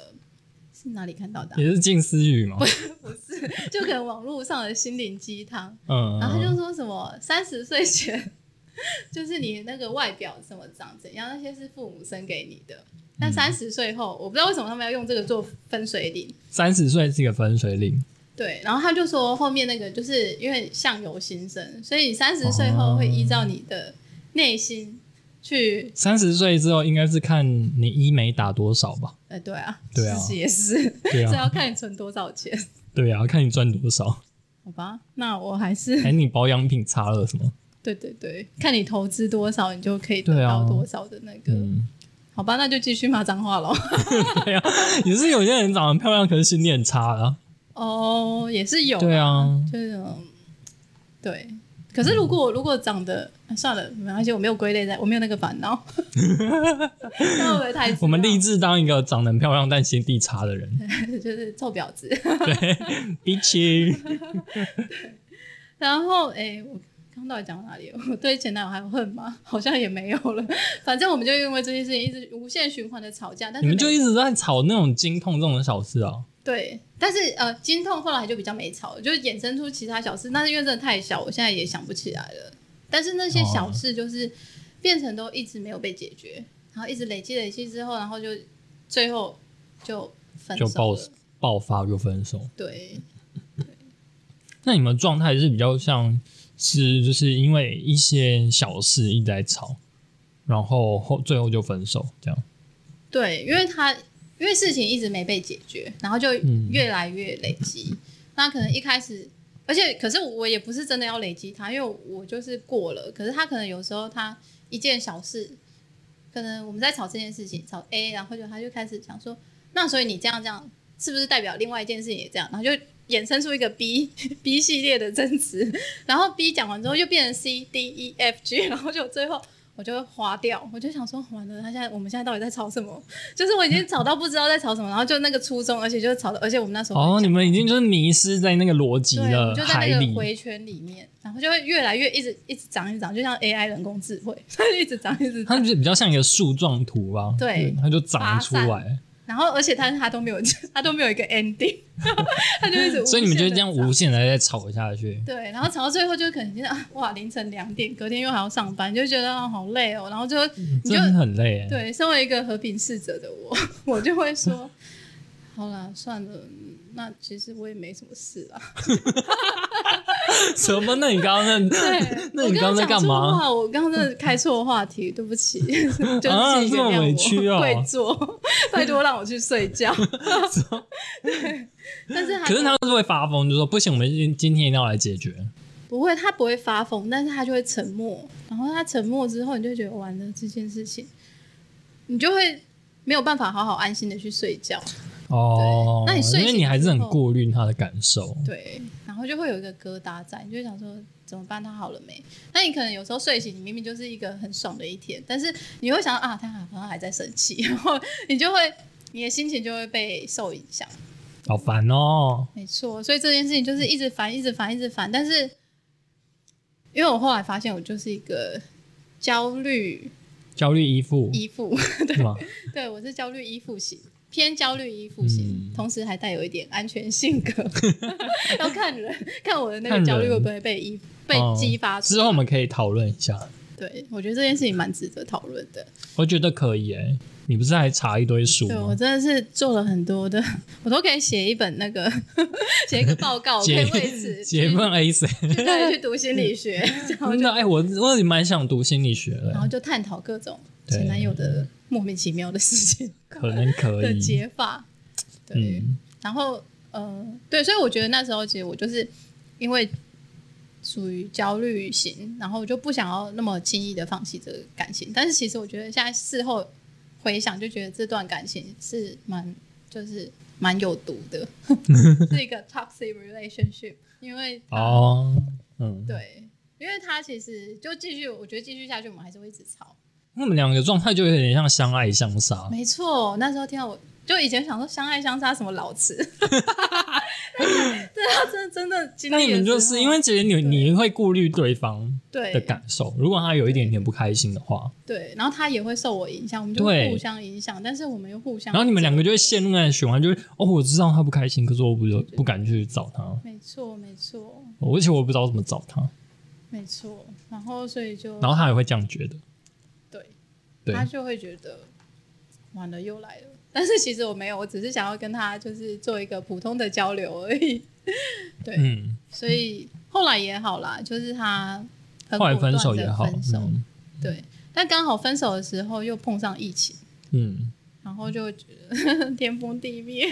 Speaker 2: 是哪里看到的啊、
Speaker 1: 也是近思语 嘛，
Speaker 2: 就可能网络上的心灵鸡汤，
Speaker 1: 嗯，
Speaker 2: 然后他就说什么三十岁前，就是你那个外表什么长怎样，那些是父母生给你的。
Speaker 1: 嗯
Speaker 2: 但三十岁后，我不知道为什么他们要用这个做分水岭。
Speaker 1: 三十岁是一个分水岭，
Speaker 2: 对，然后他就说后面那个就是因为相由心生，所以你三十岁后会依照你的内心去，
Speaker 1: 三十岁之后应该是看你医美打多少吧？
Speaker 2: 呃，对啊，
Speaker 1: 对啊，
Speaker 3: 其实也是，
Speaker 1: 对
Speaker 2: 这要
Speaker 1: 啊，
Speaker 2: 看你存多少钱，
Speaker 1: 对啊，看你赚多少。
Speaker 2: 好吧？那我还是
Speaker 1: 哎，你保养品擦了什么？
Speaker 2: 对对对，看你投资多少，你就可以
Speaker 1: 对
Speaker 2: 得
Speaker 1: 啊
Speaker 2: 到多少的那个，
Speaker 1: 嗯，
Speaker 2: 好吧？那就继续骂脏话喽。
Speaker 1: 对啊，也是有些人长得漂亮，可是心地很差啊。
Speaker 2: 哦，也是有，
Speaker 1: 对啊，
Speaker 2: 就是嗯对。可是如果、如果长得啊算了，没关系，我没有归类在，我没有那个烦恼。那会不会太自
Speaker 1: 我们
Speaker 2: 大
Speaker 1: 立志当一个长得很漂亮但心地差的人。
Speaker 2: 就是臭婊子。
Speaker 1: 比起
Speaker 2: 然后诶，我刚到底讲到哪里了？我对前男友还有恨吗？好像也没有了。反正我们就因为这件事情一直无限循环的吵架，但是
Speaker 1: 你们就
Speaker 2: 每
Speaker 1: 一直在吵那种经痛这种小事啊。
Speaker 2: 对，但是呃，经痛后来就比较没吵，就是衍生出其他小事，但是因为真的太小，我现在也想不起来了。但是那些小事就是变成都一直没有被解决，然后一直累积累积之后，然后就最后就分
Speaker 1: 就
Speaker 2: 手
Speaker 1: 爆
Speaker 2: 了。
Speaker 1: 爆发就分手。
Speaker 2: 对，
Speaker 1: 那你们状态是比较像是就是因为一些小事一直在吵，然后后最后就分手这样。
Speaker 2: 对，因为他因为事情一直没被解决，然后就
Speaker 1: 嗯
Speaker 2: 越来越累积。那可能一开始，而且可是我也不是真的要累积他，因为我就是过了。可是他可能有时候他一件小事，可能我们在吵这件事情，吵 A，然后就他就开始想说，那所以你这样这样，是不是代表另外一件事情也这样？然后就衍生出一个 B B 系列的争执，然后 B 讲完之后又变成 C D E F G，然后就最后我就会划掉，我就想说完了，他现在我们现在到底在吵什么？ 就是我已经吵到不知道在吵什么，然后就那个初衷，而且就是吵的，而且我们那时候
Speaker 1: 哦，你们已经就是迷失在那个逻辑
Speaker 2: 对，我
Speaker 1: 的
Speaker 2: 们就在
Speaker 1: 海
Speaker 2: 那
Speaker 1: 里
Speaker 2: 个。回圈里面，然后就会越来越一直一直长一直长，就像 AI 人工智慧， 它就一直长一直长
Speaker 1: 它，就是比较像一个树状图吧，
Speaker 2: 对
Speaker 1: 它就长出
Speaker 2: 发
Speaker 1: 来，
Speaker 2: 然后而且它它都没有 它都没有一个 ending，它 就一直无
Speaker 1: 所以你们就
Speaker 2: 限地
Speaker 1: 这样
Speaker 2: 长
Speaker 1: 无限的在吵下去。
Speaker 2: 对，然后吵到最后就可能现在啊哇凌晨两点，隔天又还要上班，就觉得啊好累哦，然后就你就
Speaker 1: 真的很累欸，
Speaker 2: 对，身为一个和平逝者的我， 我就会说，好啦，算了，嗯那其实我也没什么事啦。
Speaker 1: 什么？那你刚刚
Speaker 2: 对
Speaker 1: 那，那
Speaker 2: 我
Speaker 1: 你刚
Speaker 2: 刚
Speaker 1: 刚在
Speaker 2: 讲
Speaker 1: 干
Speaker 2: 错
Speaker 1: 嘛？
Speaker 2: 话，我刚刚真的开错话题，对不 起，就是请
Speaker 1: 啊
Speaker 2: 原
Speaker 1: 这么
Speaker 2: 谅
Speaker 1: 委
Speaker 2: 我
Speaker 1: 屈 哦
Speaker 2: 跪坐，拜托让我去 睡觉。对，但是他
Speaker 1: 可是他是会发疯，就说不行，我们今今天一定要来解决。
Speaker 2: 不会，他不会发疯，但是他就会沉默。然后他沉默之后，你就会觉得完了这件事情，你就会没有办法好好安心的去睡觉。
Speaker 1: 哦，
Speaker 2: 对那你睡
Speaker 1: 因为
Speaker 2: 醒
Speaker 1: 你还是很
Speaker 2: 之后
Speaker 1: 顾虑他的感受。
Speaker 2: 对，然后就会有一个疙瘩在，你就会想说怎么办？他好了没？那你可能有时候睡醒，你明明就是一个很爽的一天，但是你会想啊，他好像还在生气， 然后你就会你的心情就会被受影响。
Speaker 1: 好烦哦！
Speaker 2: 没错，所以这件事情就是一直烦，一直烦，一直烦。但是因为我后来发现，我就是一个焦虑
Speaker 1: 焦虑依 附
Speaker 2: 依附，
Speaker 1: 是吗？
Speaker 2: 对我是焦虑依附型。偏焦虑依附型，
Speaker 1: 嗯
Speaker 2: 同时还带有一点安全 性格，要看人，看我的那
Speaker 1: 看
Speaker 2: 个焦虑
Speaker 1: 人
Speaker 2: 会不会被依被
Speaker 1: 哦
Speaker 2: 激发出来。
Speaker 1: 之后我们可以讨论一下，
Speaker 2: 对，我觉得这件事情蛮值得讨论的。
Speaker 1: 我觉得可以诶、你不是还查一堆书
Speaker 2: 对我
Speaker 1: 吗？
Speaker 2: 真的是做了很多的，我都可以写一本那个 写一个报告，我可
Speaker 1: 解
Speaker 2: 以为 此
Speaker 1: 解
Speaker 2: 去
Speaker 1: 放 A C，
Speaker 2: 去再去读心理学， 然后
Speaker 1: 真的哎，我我也蛮想读心理学
Speaker 2: 然后
Speaker 1: 的，
Speaker 2: 就探讨各种
Speaker 1: 对
Speaker 2: 前男友的莫名其妙的事情
Speaker 1: 可能可
Speaker 2: 的
Speaker 1: 以。
Speaker 2: 解法。对，
Speaker 1: 嗯，
Speaker 2: 然后呃，对，所以我觉得那时候其实我就是因为属于焦虑型，然后我就不想要那么轻易的放弃这个感情。但是其实我觉得现在事后回想，就觉得这段感情是蛮就是蛮有毒的，是一个 toxic relationship，因为它
Speaker 1: 哦，嗯，
Speaker 2: 对，因为他其实就继续，我觉得继续下去我们还是会一直吵。
Speaker 1: 那我们两个状态就有点像相爱相杀，
Speaker 2: 没错，那时候听到我就以前想说相爱相杀什么老词，对啊，真的真的经
Speaker 1: 那
Speaker 2: 历
Speaker 1: 你们
Speaker 2: 的
Speaker 1: 就
Speaker 2: 时
Speaker 1: 是
Speaker 2: 候
Speaker 1: 因为其实你你会顾虑对方
Speaker 2: 对
Speaker 1: 的感受，如果他有一点点不开心的话，
Speaker 2: 对，然后他也会受我影响，我们就
Speaker 1: 对
Speaker 2: 会互相影响，但是我们又互相，
Speaker 1: 然后你们两个就会陷入那个循环，就是哦，我知道他不开心，可是我不不敢去找他，
Speaker 2: 没错没错
Speaker 1: 而且我不知道怎么找他，
Speaker 2: 没错，然后所以就
Speaker 1: 然后他也会这样觉得。
Speaker 2: 对，
Speaker 1: 对，
Speaker 2: 他就会觉得完了又来了，但是其实我没有，我只是想要跟他就是做一个普通的交流而已，对，
Speaker 1: 嗯，
Speaker 2: 所以后来也好啦，就是他很
Speaker 1: 后来
Speaker 2: 果断
Speaker 1: 分手
Speaker 2: 地
Speaker 1: 也好，
Speaker 2: 分手、
Speaker 1: 嗯
Speaker 2: 对。但刚好分手的时候又碰上疫情，
Speaker 1: 嗯，
Speaker 2: 然后就觉得 天崩地灭。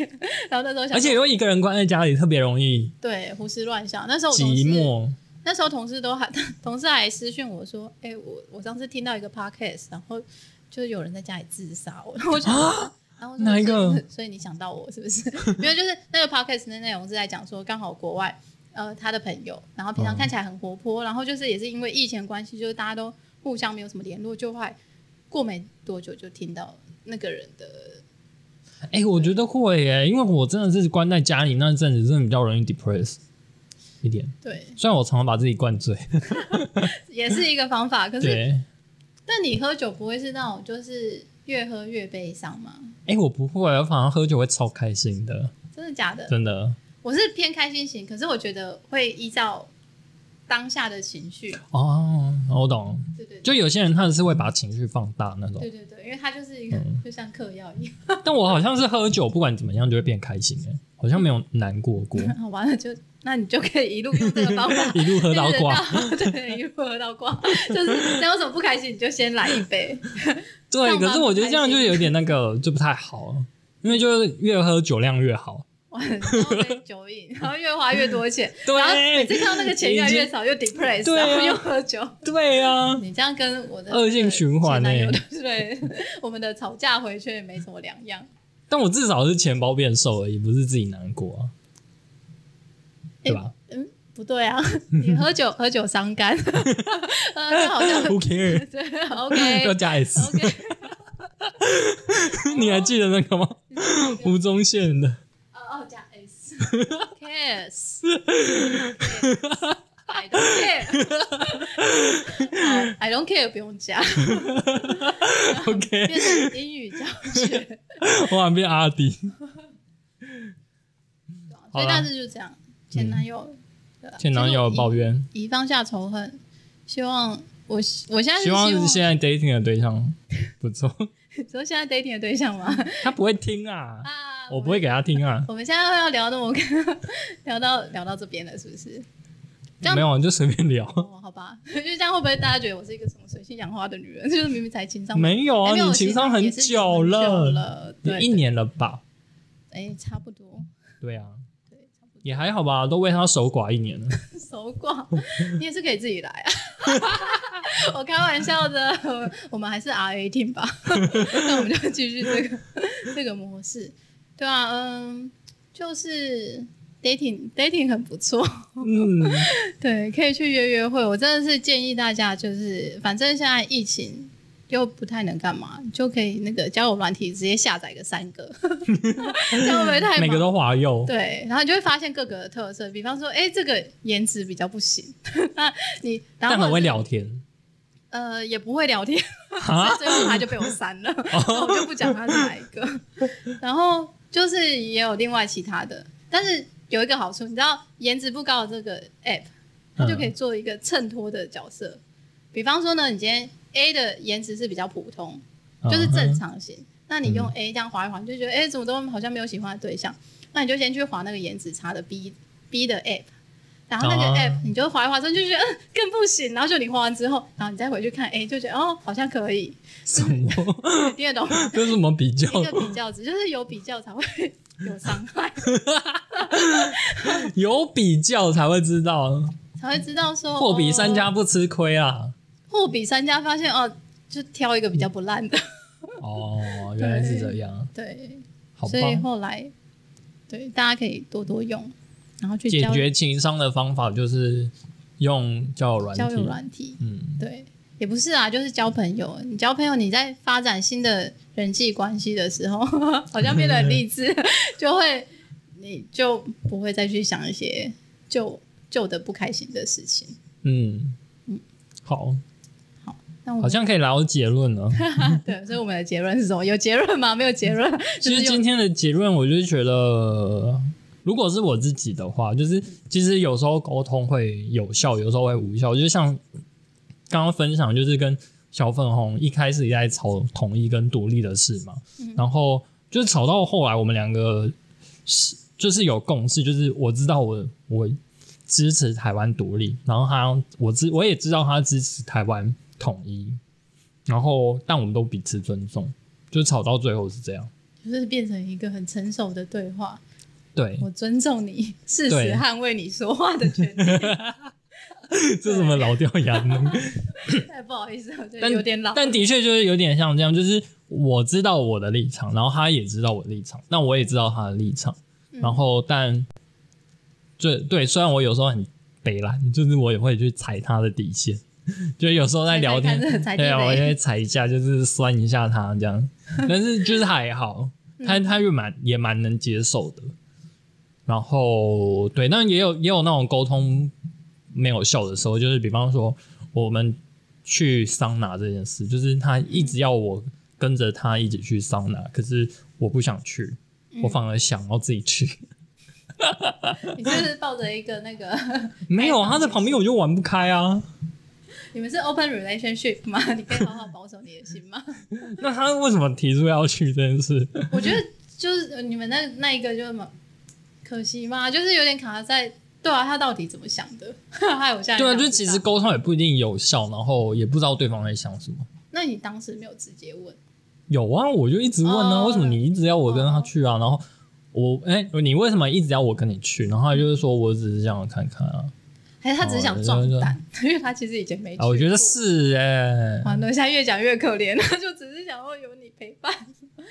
Speaker 2: 然后那时候想说，
Speaker 1: 而且又一个人关在家里，特别容易
Speaker 2: 对胡思乱想。那时候我同
Speaker 1: 寂
Speaker 2: 事
Speaker 1: 寞。
Speaker 2: 那时候同事都还 同事还私讯我说：“哎、我我上次听到一个 podcast，然后就是有人在家里自杀。”我 然后我想说，然后我
Speaker 1: 啊
Speaker 2: 说
Speaker 1: 哪一个
Speaker 2: 所以所以你想到我是不是？ 因为就是那个 podcast 的内容是在讲说，刚好国外呃他的朋友，然后平
Speaker 1: 嗯
Speaker 2: 常看起来很活泼，然后就是也是因为疫情的关系，就是大家都互相没有什么联络，就会过没多久就听到那个人的。
Speaker 1: 哎、我觉得会耶，因为我真的是关在家里那阵子，真的比较容易 depress 一点。
Speaker 2: 对，
Speaker 1: 虽然我常常把自己灌醉，
Speaker 2: 也是一个方法。可是，
Speaker 1: 对，
Speaker 2: 但你喝酒不会是那种就是越喝越悲伤吗？
Speaker 1: 哎、我不会，我反而喝酒会超开心的，
Speaker 2: 真的假的？
Speaker 1: 真的。
Speaker 2: 我是偏开心型，可是我觉得会依照当下的情绪，
Speaker 1: 哦，我懂。
Speaker 2: 对对对，
Speaker 1: 就有些人他是会把情绪放大那种，
Speaker 2: 对对对，因为它就是一个、
Speaker 1: 嗯
Speaker 2: 就像嗑药一样，
Speaker 1: 但我好像是喝酒，不管怎么样就会变开心，哎，好像没有难过过，
Speaker 2: 好完了就那你就可以一路用这个方法
Speaker 1: 一路 喝到挂。
Speaker 2: 一直到，对，一路喝到挂，就是那有什么不开心你就先来一杯，
Speaker 1: 对，
Speaker 2: 上
Speaker 1: 可
Speaker 2: 班
Speaker 1: 是我觉得
Speaker 2: 不开
Speaker 1: 这样就
Speaker 2: 心
Speaker 1: 有点那个，就不太好，因为就是越喝酒量越好。
Speaker 2: 完了然后 被酒瘾，然后越花越多钱，
Speaker 1: 对
Speaker 2: 然后每次看到那个钱越来
Speaker 1: 已
Speaker 2: 越
Speaker 1: 经
Speaker 2: 少，又 depress，
Speaker 1: 对啊
Speaker 2: 然后又喝酒。
Speaker 1: 对啊，
Speaker 2: 你这样跟我的
Speaker 1: 恶性循环
Speaker 2: 前
Speaker 1: 欸
Speaker 2: 男友的 对我们的吵架回去也没什么两样。
Speaker 1: 但我至少是钱包变瘦而已，不是自己难过啊，对吧
Speaker 2: 嗯，不对啊，你喝酒喝酒伤肝， 呃，这好像
Speaker 1: ？Who care？
Speaker 2: 对
Speaker 1: 要
Speaker 2: OK
Speaker 1: 加 S，
Speaker 2: OK，
Speaker 1: 你还记得那个吗？吴宗宪的，
Speaker 2: 哦哦加 S kiss，I don't care，好，I don't care 不用加
Speaker 1: OK
Speaker 2: 啊变成英语教学，
Speaker 1: 我好像变阿迪。
Speaker 2: 所
Speaker 1: 好
Speaker 2: 以
Speaker 1: 啦
Speaker 2: 大致就这样，前男友，对啊
Speaker 1: 前男友
Speaker 2: 就是以
Speaker 1: 抱怨，
Speaker 2: 以放下仇恨，希望我我现在是
Speaker 1: 希
Speaker 2: 希望
Speaker 1: 望现在 dating 的对象不错，
Speaker 2: 你说现在 dating 的对象吗？
Speaker 1: 他不会听啊，
Speaker 2: 啊，
Speaker 1: 我不会给他听啊，
Speaker 2: 我们现在要聊的，我跟 聊到聊到这边了，是不 是？这样
Speaker 1: 没有，你就随便聊。
Speaker 2: 哦，好吧， 就是这样，会不会大家觉得我是一个什么水性养花的女人？ 就是明明才情商，
Speaker 1: 没有
Speaker 2: 哎
Speaker 1: 啊，
Speaker 2: 没有
Speaker 1: 你情商很
Speaker 2: 也是情商
Speaker 1: 久
Speaker 2: 了，
Speaker 1: 了，
Speaker 2: 对，
Speaker 1: 一，年了吧？
Speaker 2: 哎，差不多，
Speaker 1: 对啊，
Speaker 2: 对，差不
Speaker 1: 也还好吧，都为他守寡一年了。
Speaker 2: 多，手挂， 你也是可以自己来啊。 我开玩笑的，我我们还是 R A team 吧， 那我们就继续这个这个模式，对啊，嗯，就是 dating dating 很不错，
Speaker 1: 嗯，
Speaker 2: 对，可以去约约会。我真的是建议大家，就是反正现在疫情又不太能干嘛，就可以那个交友软体直接下载个三个， 这样会不会太
Speaker 1: 每个
Speaker 2: 忙？
Speaker 1: 都滑右，
Speaker 2: 对，然后你就会发现各个的特色，比方说，哎，这个颜值比较不行， 那你然后
Speaker 1: 但很
Speaker 2: 或
Speaker 1: 会
Speaker 2: 者是
Speaker 1: 聊 天
Speaker 2: 呃，也不会聊天，所
Speaker 1: 啊哦
Speaker 2: 以。最后他就被我删了， 我就不讲他是哪一个。然后就是也有另外其他的，但是有一个好处，你知道颜值不高的这个 app，它
Speaker 1: 啊
Speaker 2: 就可以
Speaker 1: 嗯
Speaker 2: 做一个衬托的角色。比方说呢，你今天 A 的颜值是比较普通，
Speaker 1: 嗯
Speaker 2: 就是正
Speaker 1: 嗯
Speaker 2: 常型，那你用 A 这样划一划，你就觉得哎、诶怎么都好像没有喜欢的对象，那你就先去划那个颜值差的 B B 的 app。然后那个
Speaker 1: 哦
Speaker 2: app 你就划一划之后就觉得、嗯、更不行，然后就你划完之后，然后你再回去看 A 就觉得哦好像可以，
Speaker 1: 什么？
Speaker 2: 你听得懂吗？
Speaker 1: 这是什么比 较？
Speaker 2: 一个比较值，就是有比较才会有伤害，
Speaker 1: 有比较才会知道，
Speaker 2: 才会知道说
Speaker 1: 货比三
Speaker 2: 哦
Speaker 1: 家不吃亏啊。
Speaker 2: 货比三家发现哦，就挑一个比较不烂的，
Speaker 1: 哦，原来是这样，
Speaker 2: 对，
Speaker 1: 好
Speaker 2: 所以
Speaker 1: 棒！
Speaker 2: 后来对大家可以多多用，然后去
Speaker 1: 解
Speaker 2: 交
Speaker 1: 决情商的方法就是用交友软
Speaker 2: 交友
Speaker 1: 体。
Speaker 2: 软体，
Speaker 1: 嗯，
Speaker 2: 对，也不是啊，就是交朋友。你交朋友，你在发展新的人际关系的时候， 好像变得很励 志，就会你就不会再去想一些旧旧的不开心的事情。
Speaker 1: 嗯，好，
Speaker 2: 那我
Speaker 1: 好
Speaker 2: 们
Speaker 1: 像可以聊结论了。
Speaker 2: 对，所以我们的结论是什么？有结论吗？没有结 论，
Speaker 1: 其
Speaker 2: 就
Speaker 1: 实
Speaker 2: 是用
Speaker 1: 今天的结论，我就觉得，如果是我自己的话，就是其实有时候沟通会有效，有时候会无效。就像刚刚分享，就是跟小粉红一开始也在吵统一跟独立的事嘛，然后就是吵到后来，我们两个是就是有共识，就是我知道我我支持台湾独立，然后他我知我也知道他支持台湾统一，然后但我们都彼此尊重，就是吵到最后是这样。
Speaker 2: 就是变成一个很成熟的对话。
Speaker 1: 对，
Speaker 2: 我尊重你，事实
Speaker 1: 对
Speaker 2: 捍卫你说话的权利。
Speaker 1: 这是什么老掉牙的那个
Speaker 2: 太哎不好意思了，我觉得
Speaker 1: 但
Speaker 2: 有点老。
Speaker 1: 但的确就是有点像这样，就是我知道我的立场，然后他也知道我的立场，那我也知道他的立场，
Speaker 2: 嗯
Speaker 1: 然后但对对，虽然我有时候很北蓝，就是我也会去踩他的底线， 就有时候在聊天
Speaker 2: 踩踩看这个，踩地
Speaker 1: 对啊，
Speaker 2: 雷
Speaker 1: 我也会踩一下，就是酸一下他这 样，但是就是还好，他他就蛮也蛮能接受的。然后对，那也有也有那种沟通没有效的时候，就是比方说我们去桑拿这件事，就是他一直要我跟着他一起去桑拿，可是我不想去，我反而嗯想要自己去。
Speaker 2: 你是不是抱着一个那个？
Speaker 1: 没有，啊他在旁边我就玩不开啊。
Speaker 2: 你们是 open relationship 吗？你可以好好保守你的心 吗？
Speaker 1: 那他为什么提出要去这件事？
Speaker 2: 我觉得就是你们那那一个就是嘛，可惜嘛，就是有点卡在。对啊，他到底怎么想的？ 还有现在
Speaker 1: 对啊，
Speaker 2: 想
Speaker 1: 就
Speaker 2: 不
Speaker 1: 其
Speaker 2: 到
Speaker 1: 实沟通也不一定有效，然后也不知道对方在想什么。
Speaker 2: 那你当时没有直接问，
Speaker 1: 有啊，我就一直问啊，
Speaker 2: 哦
Speaker 1: 为什么你一直要我跟他去啊？然后我哎、你为什么一直要我跟你去？然后他就是说我只是想看看啊。
Speaker 2: 还是他只是想
Speaker 1: 哦
Speaker 2: 壮胆？ 因为他其实以前没去
Speaker 1: 啊，我觉得
Speaker 2: 过
Speaker 1: 是哎、
Speaker 2: 完了，现在越讲越可怜， 他就只是想要有你陪伴，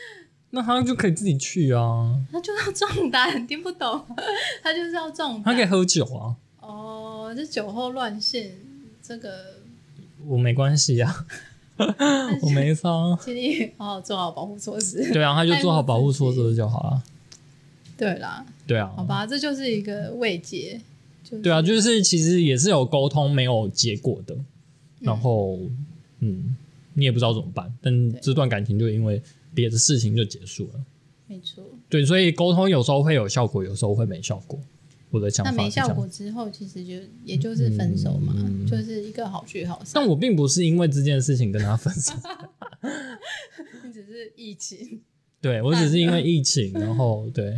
Speaker 1: 那他就可以自己去啊，
Speaker 2: 他就要壮胆，听不懂， 他就是要壮
Speaker 1: 他可以
Speaker 2: 胆。
Speaker 1: 喝酒啊，
Speaker 2: 哦，这酒后乱性，这个
Speaker 1: 我没关系啊， 我没差啊。
Speaker 2: 请你好好做好保护措施。
Speaker 1: 对啊，他就做好保护措施就好了。
Speaker 2: 对啦，
Speaker 1: 对啊，
Speaker 2: 好吧，这就是一个慰藉。就是、
Speaker 1: 对啊，就是其实也是有沟通没有结果的，
Speaker 2: 嗯
Speaker 1: 然后嗯，你也不知道怎么办，但这段感情就因为别的事情就结束了。
Speaker 2: 没错。
Speaker 1: 对，所以沟通有时候会有效果，有时候会没效果。我的想
Speaker 2: 那
Speaker 1: 法
Speaker 2: 没
Speaker 1: 是这
Speaker 2: 效
Speaker 1: 样。
Speaker 2: 果之后，其实就也就是分手嘛，
Speaker 1: 嗯
Speaker 2: 就是一个好聚好散。
Speaker 1: 但我并不是因为这件事情跟他 分手，嗯
Speaker 2: 你 只是疫情，
Speaker 1: 对我只是因为疫情，然后对，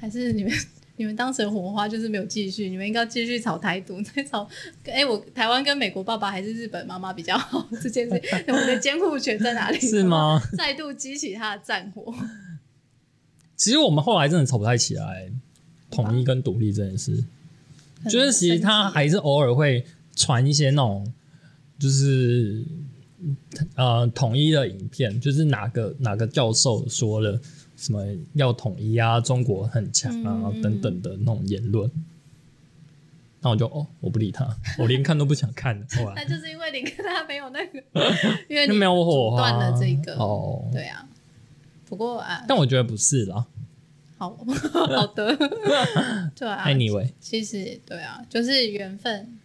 Speaker 2: 还是你们 你们当成火花，就是没有继续。你们应该继续吵台独，再吵。哎、我台湾跟美国爸爸还是日本妈妈比较好，这 件事，我们的监护权在哪里？
Speaker 1: 是？吗？
Speaker 2: 再度激起他的战火。
Speaker 1: 其实我们后来真的吵不太起来，统一跟独立这件事，就是其实他还是偶尔会传一些那种，就是呃统一的影片，就是哪个哪个教授说了什么要统一啊，中国很强啊、
Speaker 2: 嗯嗯
Speaker 1: 等等的那种言论。那我就哦，我不理他，我连看都不想看了。后
Speaker 2: 那
Speaker 1: 来
Speaker 2: 就是因为你跟他没有那 个，因为
Speaker 1: 就
Speaker 2: 你
Speaker 1: 没有火
Speaker 2: 阻
Speaker 1: 花
Speaker 2: 断了这个。
Speaker 1: 哦。
Speaker 2: 对啊，不过啊，
Speaker 1: 但我觉得不是啦。
Speaker 2: 好好 的，对啊，
Speaker 1: Anyway，
Speaker 2: 其实对啊，就是缘分，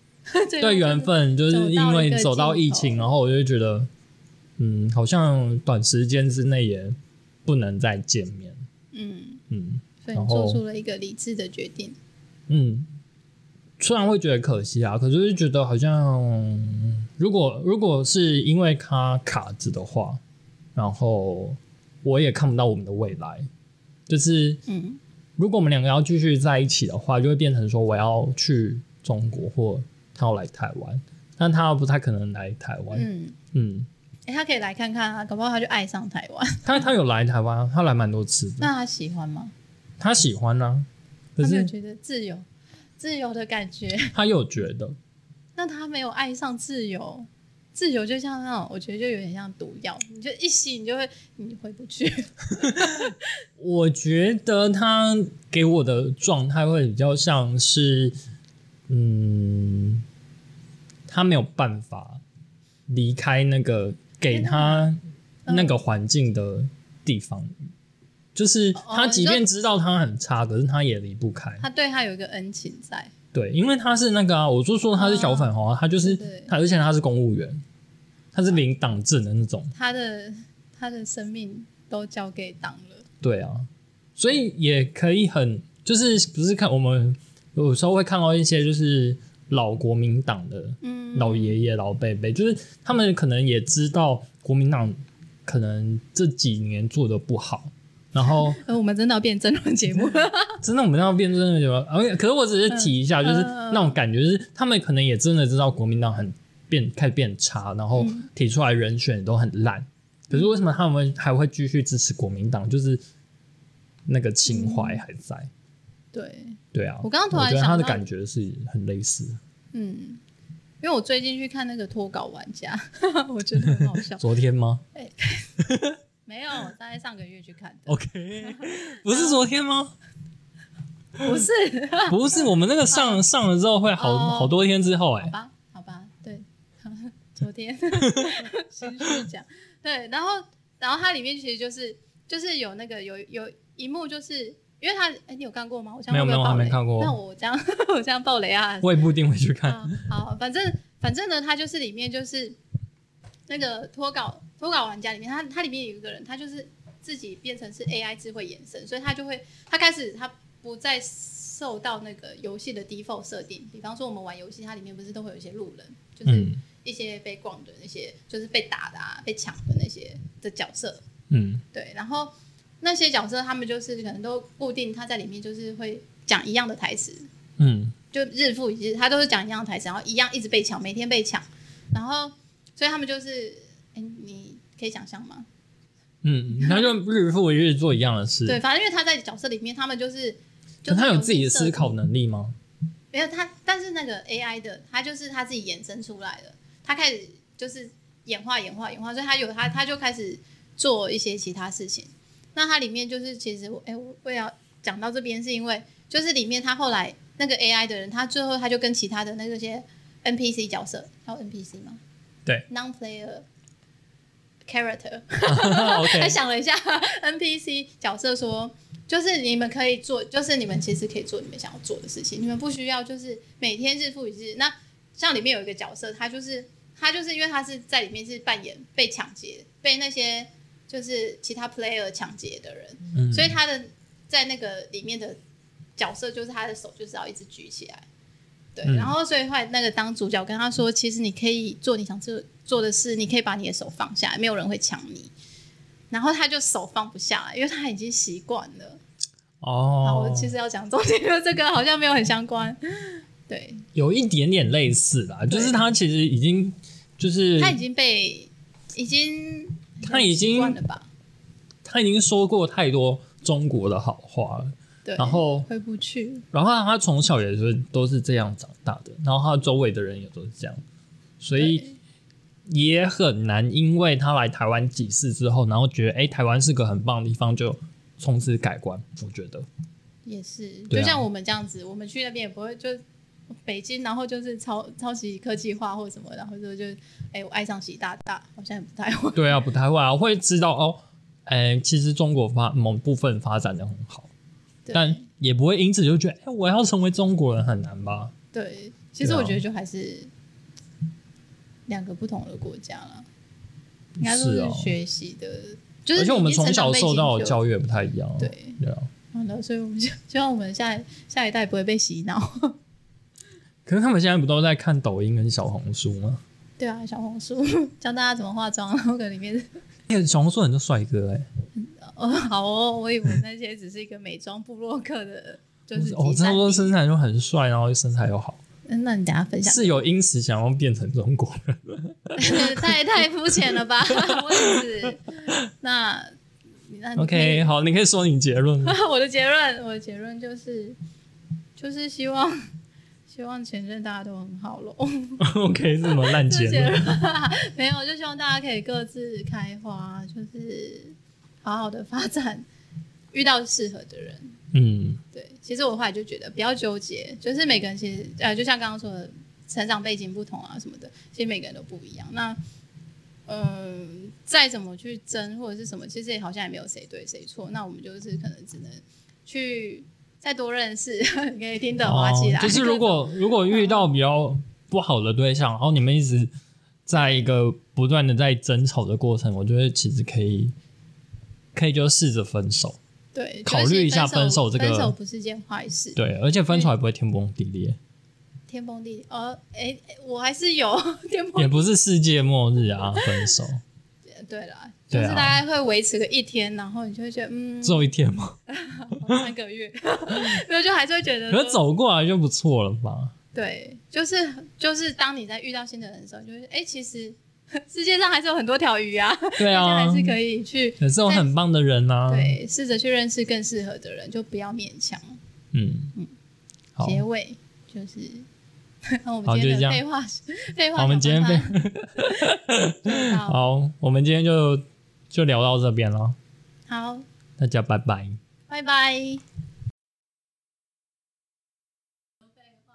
Speaker 1: 对缘， 分，就是因为
Speaker 2: 走
Speaker 1: 走
Speaker 2: 到
Speaker 1: 到
Speaker 2: 一个
Speaker 1: 疫
Speaker 2: 尽
Speaker 1: 情，
Speaker 2: 头
Speaker 1: 然后我就觉得，嗯，好像短时间之内也不能再见面，
Speaker 2: 嗯，
Speaker 1: 嗯
Speaker 2: 所以你
Speaker 1: 然后
Speaker 2: 做出了一个理智的决定。
Speaker 1: 嗯，虽然会觉得可惜啊，可是就觉得好像，如果如果是因为他卡着的话，然后我也看不到我们的未来，就是
Speaker 2: 嗯，
Speaker 1: 如果我们两个要继续在一起的话，就会变成说我要去中国或他要来台湾，但他不太可能来台湾，
Speaker 2: 嗯，
Speaker 1: 嗯
Speaker 2: 哎、他可以来看看啊，搞不好他就爱上台湾。
Speaker 1: 他他有来台湾，他来蛮多次的，
Speaker 2: 那他喜欢吗？
Speaker 1: 他喜欢呢、可
Speaker 2: 他没有
Speaker 1: 是
Speaker 2: 觉得自由，自由的感觉。
Speaker 1: 他又觉得，
Speaker 2: 那他没有爱上自由，自由就像那种，我觉得就有点像毒药，你就一吸，你就会你回不去。
Speaker 1: 我觉得他给我的状态会比较像是，嗯，他没有办法离开那个给他
Speaker 2: 嗯
Speaker 1: 那个环境的地方，就是他即便知道他很差，可是他也离不开。
Speaker 2: 哦他对他有一个恩情在，
Speaker 1: 对，因为他是那个啊，我就说他是小粉红啊，他就是
Speaker 2: 对对
Speaker 1: 他，而且他是公务员，他是领党证的那种。
Speaker 2: 他的他的生命都交给党了。
Speaker 1: 对啊，所以也可以很就是不是看我们有时候会看到一些就是老国民党的
Speaker 2: 嗯，
Speaker 1: 老爷爷老伯伯，就是他们可能也知道国民党可能这几年做的不好，然后
Speaker 2: 呃，我们真的要变争论 节目了。
Speaker 1: 真的我们要辩证呃什么？而且可是我只是提一下，就是
Speaker 2: 嗯嗯
Speaker 1: 那种感觉，就是他们可能也真的知道国民党很变开始变差，然后
Speaker 2: 嗯
Speaker 1: 提出来人选也都很烂。可是为什么他们还会继续支持国民党？就是那个情怀还在。
Speaker 2: 对，
Speaker 1: 对啊，
Speaker 2: 我刚刚突然
Speaker 1: 觉得他的
Speaker 2: 想到
Speaker 1: 感觉是很类似的。。
Speaker 2: 嗯，因为我最近去看那个脱稿玩家，我觉得很好笑
Speaker 1: 昨天吗
Speaker 2: 没有，我大概上个月去看
Speaker 1: 哦
Speaker 2: 的，
Speaker 1: ？OK，不 是昨天吗？
Speaker 2: 不是？
Speaker 1: 不是，我们那个 上上了之后会好
Speaker 2: 哦
Speaker 1: 好多天之后，
Speaker 2: 好
Speaker 1: 哎，
Speaker 2: 吧，好吧，对， 昨天先去讲，对，然后然后它里面其实就是就是有那个有有一幕就是。因为他，哎，你有看过吗？我这样
Speaker 1: 没有
Speaker 2: 会不会
Speaker 1: 没有
Speaker 2: 爆
Speaker 1: 还
Speaker 2: 雷
Speaker 1: 没看过
Speaker 2: 那我这样， 我这样爆雷啊！
Speaker 1: 我也不一定会去看。
Speaker 2: 啊，好，反正反正呢，他就是里面就是那个脱稿脱稿玩家里面，他他里面有一个人，他就是自己变成是 AI 智慧延伸，所以他就会他开始他不再受到那个游戏的 default 设定，比方说我们玩游戏，它里面不是都会有一些路人，就是
Speaker 1: 嗯
Speaker 2: 一些被逛的那些，就是被打的啊、被抢的那些的角色，
Speaker 1: 嗯
Speaker 2: 对，然后那些角色他们就是可能都固定，他在里面就是会讲一样的台词，
Speaker 1: 嗯
Speaker 2: 就日复一日，他都是讲一样的台词，然后一样一直被抢，每天被抢，然后所以他们就是，哎，你可以想象吗？
Speaker 1: 嗯，他就日复一日做一样的事。
Speaker 2: 对，反正因为他在角色里面，他们就是，就
Speaker 1: 可他
Speaker 2: 是
Speaker 1: 有自己的
Speaker 2: 设计
Speaker 1: 思考，能力 吗？
Speaker 2: 没有他，但是那个 AI 的，他就是他自己衍生出来的，他开始就是演化、演化、演化，所以他有他他就开始做一些其他事情。那它里面就是其实我哎，我我也要讲到这边，是因为就是里面他后来那个 AI 的人，他最后他就跟其他的那些 NPC 角色，叫 NPC 吗？
Speaker 1: 对
Speaker 2: ，non player character，他
Speaker 1: OK，
Speaker 2: 想了一下 NPC 角色说，就是你们可以做，就是你们其实可以做你们想要做的事情，你们不需要就是每天日复一日。那像里面有一个角色，他就是他就是因为他是在里面是扮演被抢劫、被那些就是其他 player 抢劫的人，
Speaker 1: 嗯
Speaker 2: 所以他的在那个里面的角色就是他的手就是要一直举起来，对，
Speaker 1: 嗯
Speaker 2: 然后所以后来那个当主角跟他说，其实你可以做你想做做的事，你可以把你的手放下来，没有人会抢你。然后他就手放不下来，因为他已经习惯了。好，
Speaker 1: 哦
Speaker 2: 我，其实要讲重点，因为这个好像没有很相关。对，
Speaker 1: 有一点点类似啦，就是他其实已经就是
Speaker 2: 他已经被已经
Speaker 1: 他已经
Speaker 2: 习惯了吧？
Speaker 1: 他已经说过太多中国的好话了，
Speaker 2: 对，
Speaker 1: 然后
Speaker 2: 回不去了。
Speaker 1: 然后他从小也是都是这样长大的，然后他周围的人也都是这样，所以
Speaker 2: 对
Speaker 1: 也很难因为他来台湾几次之后，然后觉得哎台湾是个很棒的地方，就从此改观。我觉得
Speaker 2: 也是，
Speaker 1: 对啊
Speaker 2: 就像我们这样子，我们去那边也不会就北京，然后就是超超级科技化或什么，然后就就哎、我爱上习大大，好像也不太会。
Speaker 1: 对啊，不太会啊，会知道哦，哎，其实中国发某部分发展的很好，
Speaker 2: 对
Speaker 1: 但也不会因此就觉得哎我要成为中国人很难吧？
Speaker 2: 对，其实
Speaker 1: 对啊
Speaker 2: 我觉得就还是两个不同的国家啦，应该说
Speaker 1: 是
Speaker 2: 是
Speaker 1: 哦
Speaker 2: 学习的，就是
Speaker 1: 而且我们
Speaker 2: 你已经
Speaker 1: 从
Speaker 2: 成长
Speaker 1: 小
Speaker 2: 背
Speaker 1: 受
Speaker 2: 景
Speaker 1: 到的
Speaker 2: 就
Speaker 1: 教育也不太一样啊。
Speaker 2: 对，
Speaker 1: 对啊，
Speaker 2: 好的，所以我们就 希望我们下一下一代不会被洗脑。
Speaker 1: 可是他们现在不都在看抖音跟小红书吗？
Speaker 2: 对啊，小红书 教大家怎么化妆，然后可能里面是
Speaker 1: 哎，小红书很多帅哥哎、
Speaker 2: 哦， 好哦，我以为那些只是一个美妆部落 客的，就是
Speaker 1: 哦，
Speaker 2: 集
Speaker 1: 差
Speaker 2: 散
Speaker 1: 不多
Speaker 2: 地
Speaker 1: 身材就很帅，然后身材又好，
Speaker 2: 嗯那你等一下分享。
Speaker 1: 是有因此想要变成中国人。
Speaker 2: 太太肤浅了吧？ 我也是。那那你可以
Speaker 1: OK，好，你可以说你结论了。
Speaker 2: 我的结论，我的结论就是，就是希望 希望前任大家都很好 喽。
Speaker 1: OK，这么烂结
Speaker 2: 这结
Speaker 1: 论？
Speaker 2: 论 没有，就希望大家可以各自开花，就是好好的发展，遇到适合的人。
Speaker 1: 嗯，
Speaker 2: 对，其实我后来就觉得不要纠结，就是每个人其实呃，就像刚刚说的，成长背景不同啊什么的，其实每个人都不一样。那嗯、再怎么去争或者是什么，其实也好像也没有谁对谁错。那我们就是可能只能去再多认识， 你可以听得滑起来。
Speaker 1: 哦就是如 果如果遇到比较不好的对象，然后你们一直在一个不断的在争吵的过程，我觉得其实可以可以就试着分手。
Speaker 2: 对
Speaker 1: 考虑一下
Speaker 2: 就是分
Speaker 1: 分手这个
Speaker 2: 分手不是件坏事。
Speaker 1: 对，而且分手也不会天崩地裂，
Speaker 2: 天崩地裂哦，哎、哎我还是有 天崩
Speaker 1: 也不是世界末日啊。分 手
Speaker 2: 对啦，就
Speaker 1: 对啊
Speaker 2: 是大概会维持个一天，然后你就会觉得嗯，
Speaker 1: 只有一天嘛，
Speaker 2: 三个月，没有就还是会觉得
Speaker 1: 可
Speaker 2: 说
Speaker 1: 是走过来就不错了吧？
Speaker 2: 对，就是就是，当你在遇到新的人的时候，就是哎、诶其实 世界上还是有很多条鱼啊，
Speaker 1: 对
Speaker 2: 大
Speaker 1: 啊
Speaker 2: 家还，是可以去
Speaker 1: 也是有很棒的人呐、啊。，
Speaker 2: 对试着去认识更适合的人，就不要勉强。
Speaker 1: 嗯嗯，好，
Speaker 2: 结尾就是。那 我
Speaker 1: 好
Speaker 2: 们今天
Speaker 1: 就这
Speaker 2: 的废
Speaker 1: 样
Speaker 2: 话，废话，
Speaker 1: 好我们今天
Speaker 2: 废，好
Speaker 1: 好，我们今天就就聊到这边了，
Speaker 2: 好，
Speaker 1: 大家拜拜。
Speaker 2: 拜拜。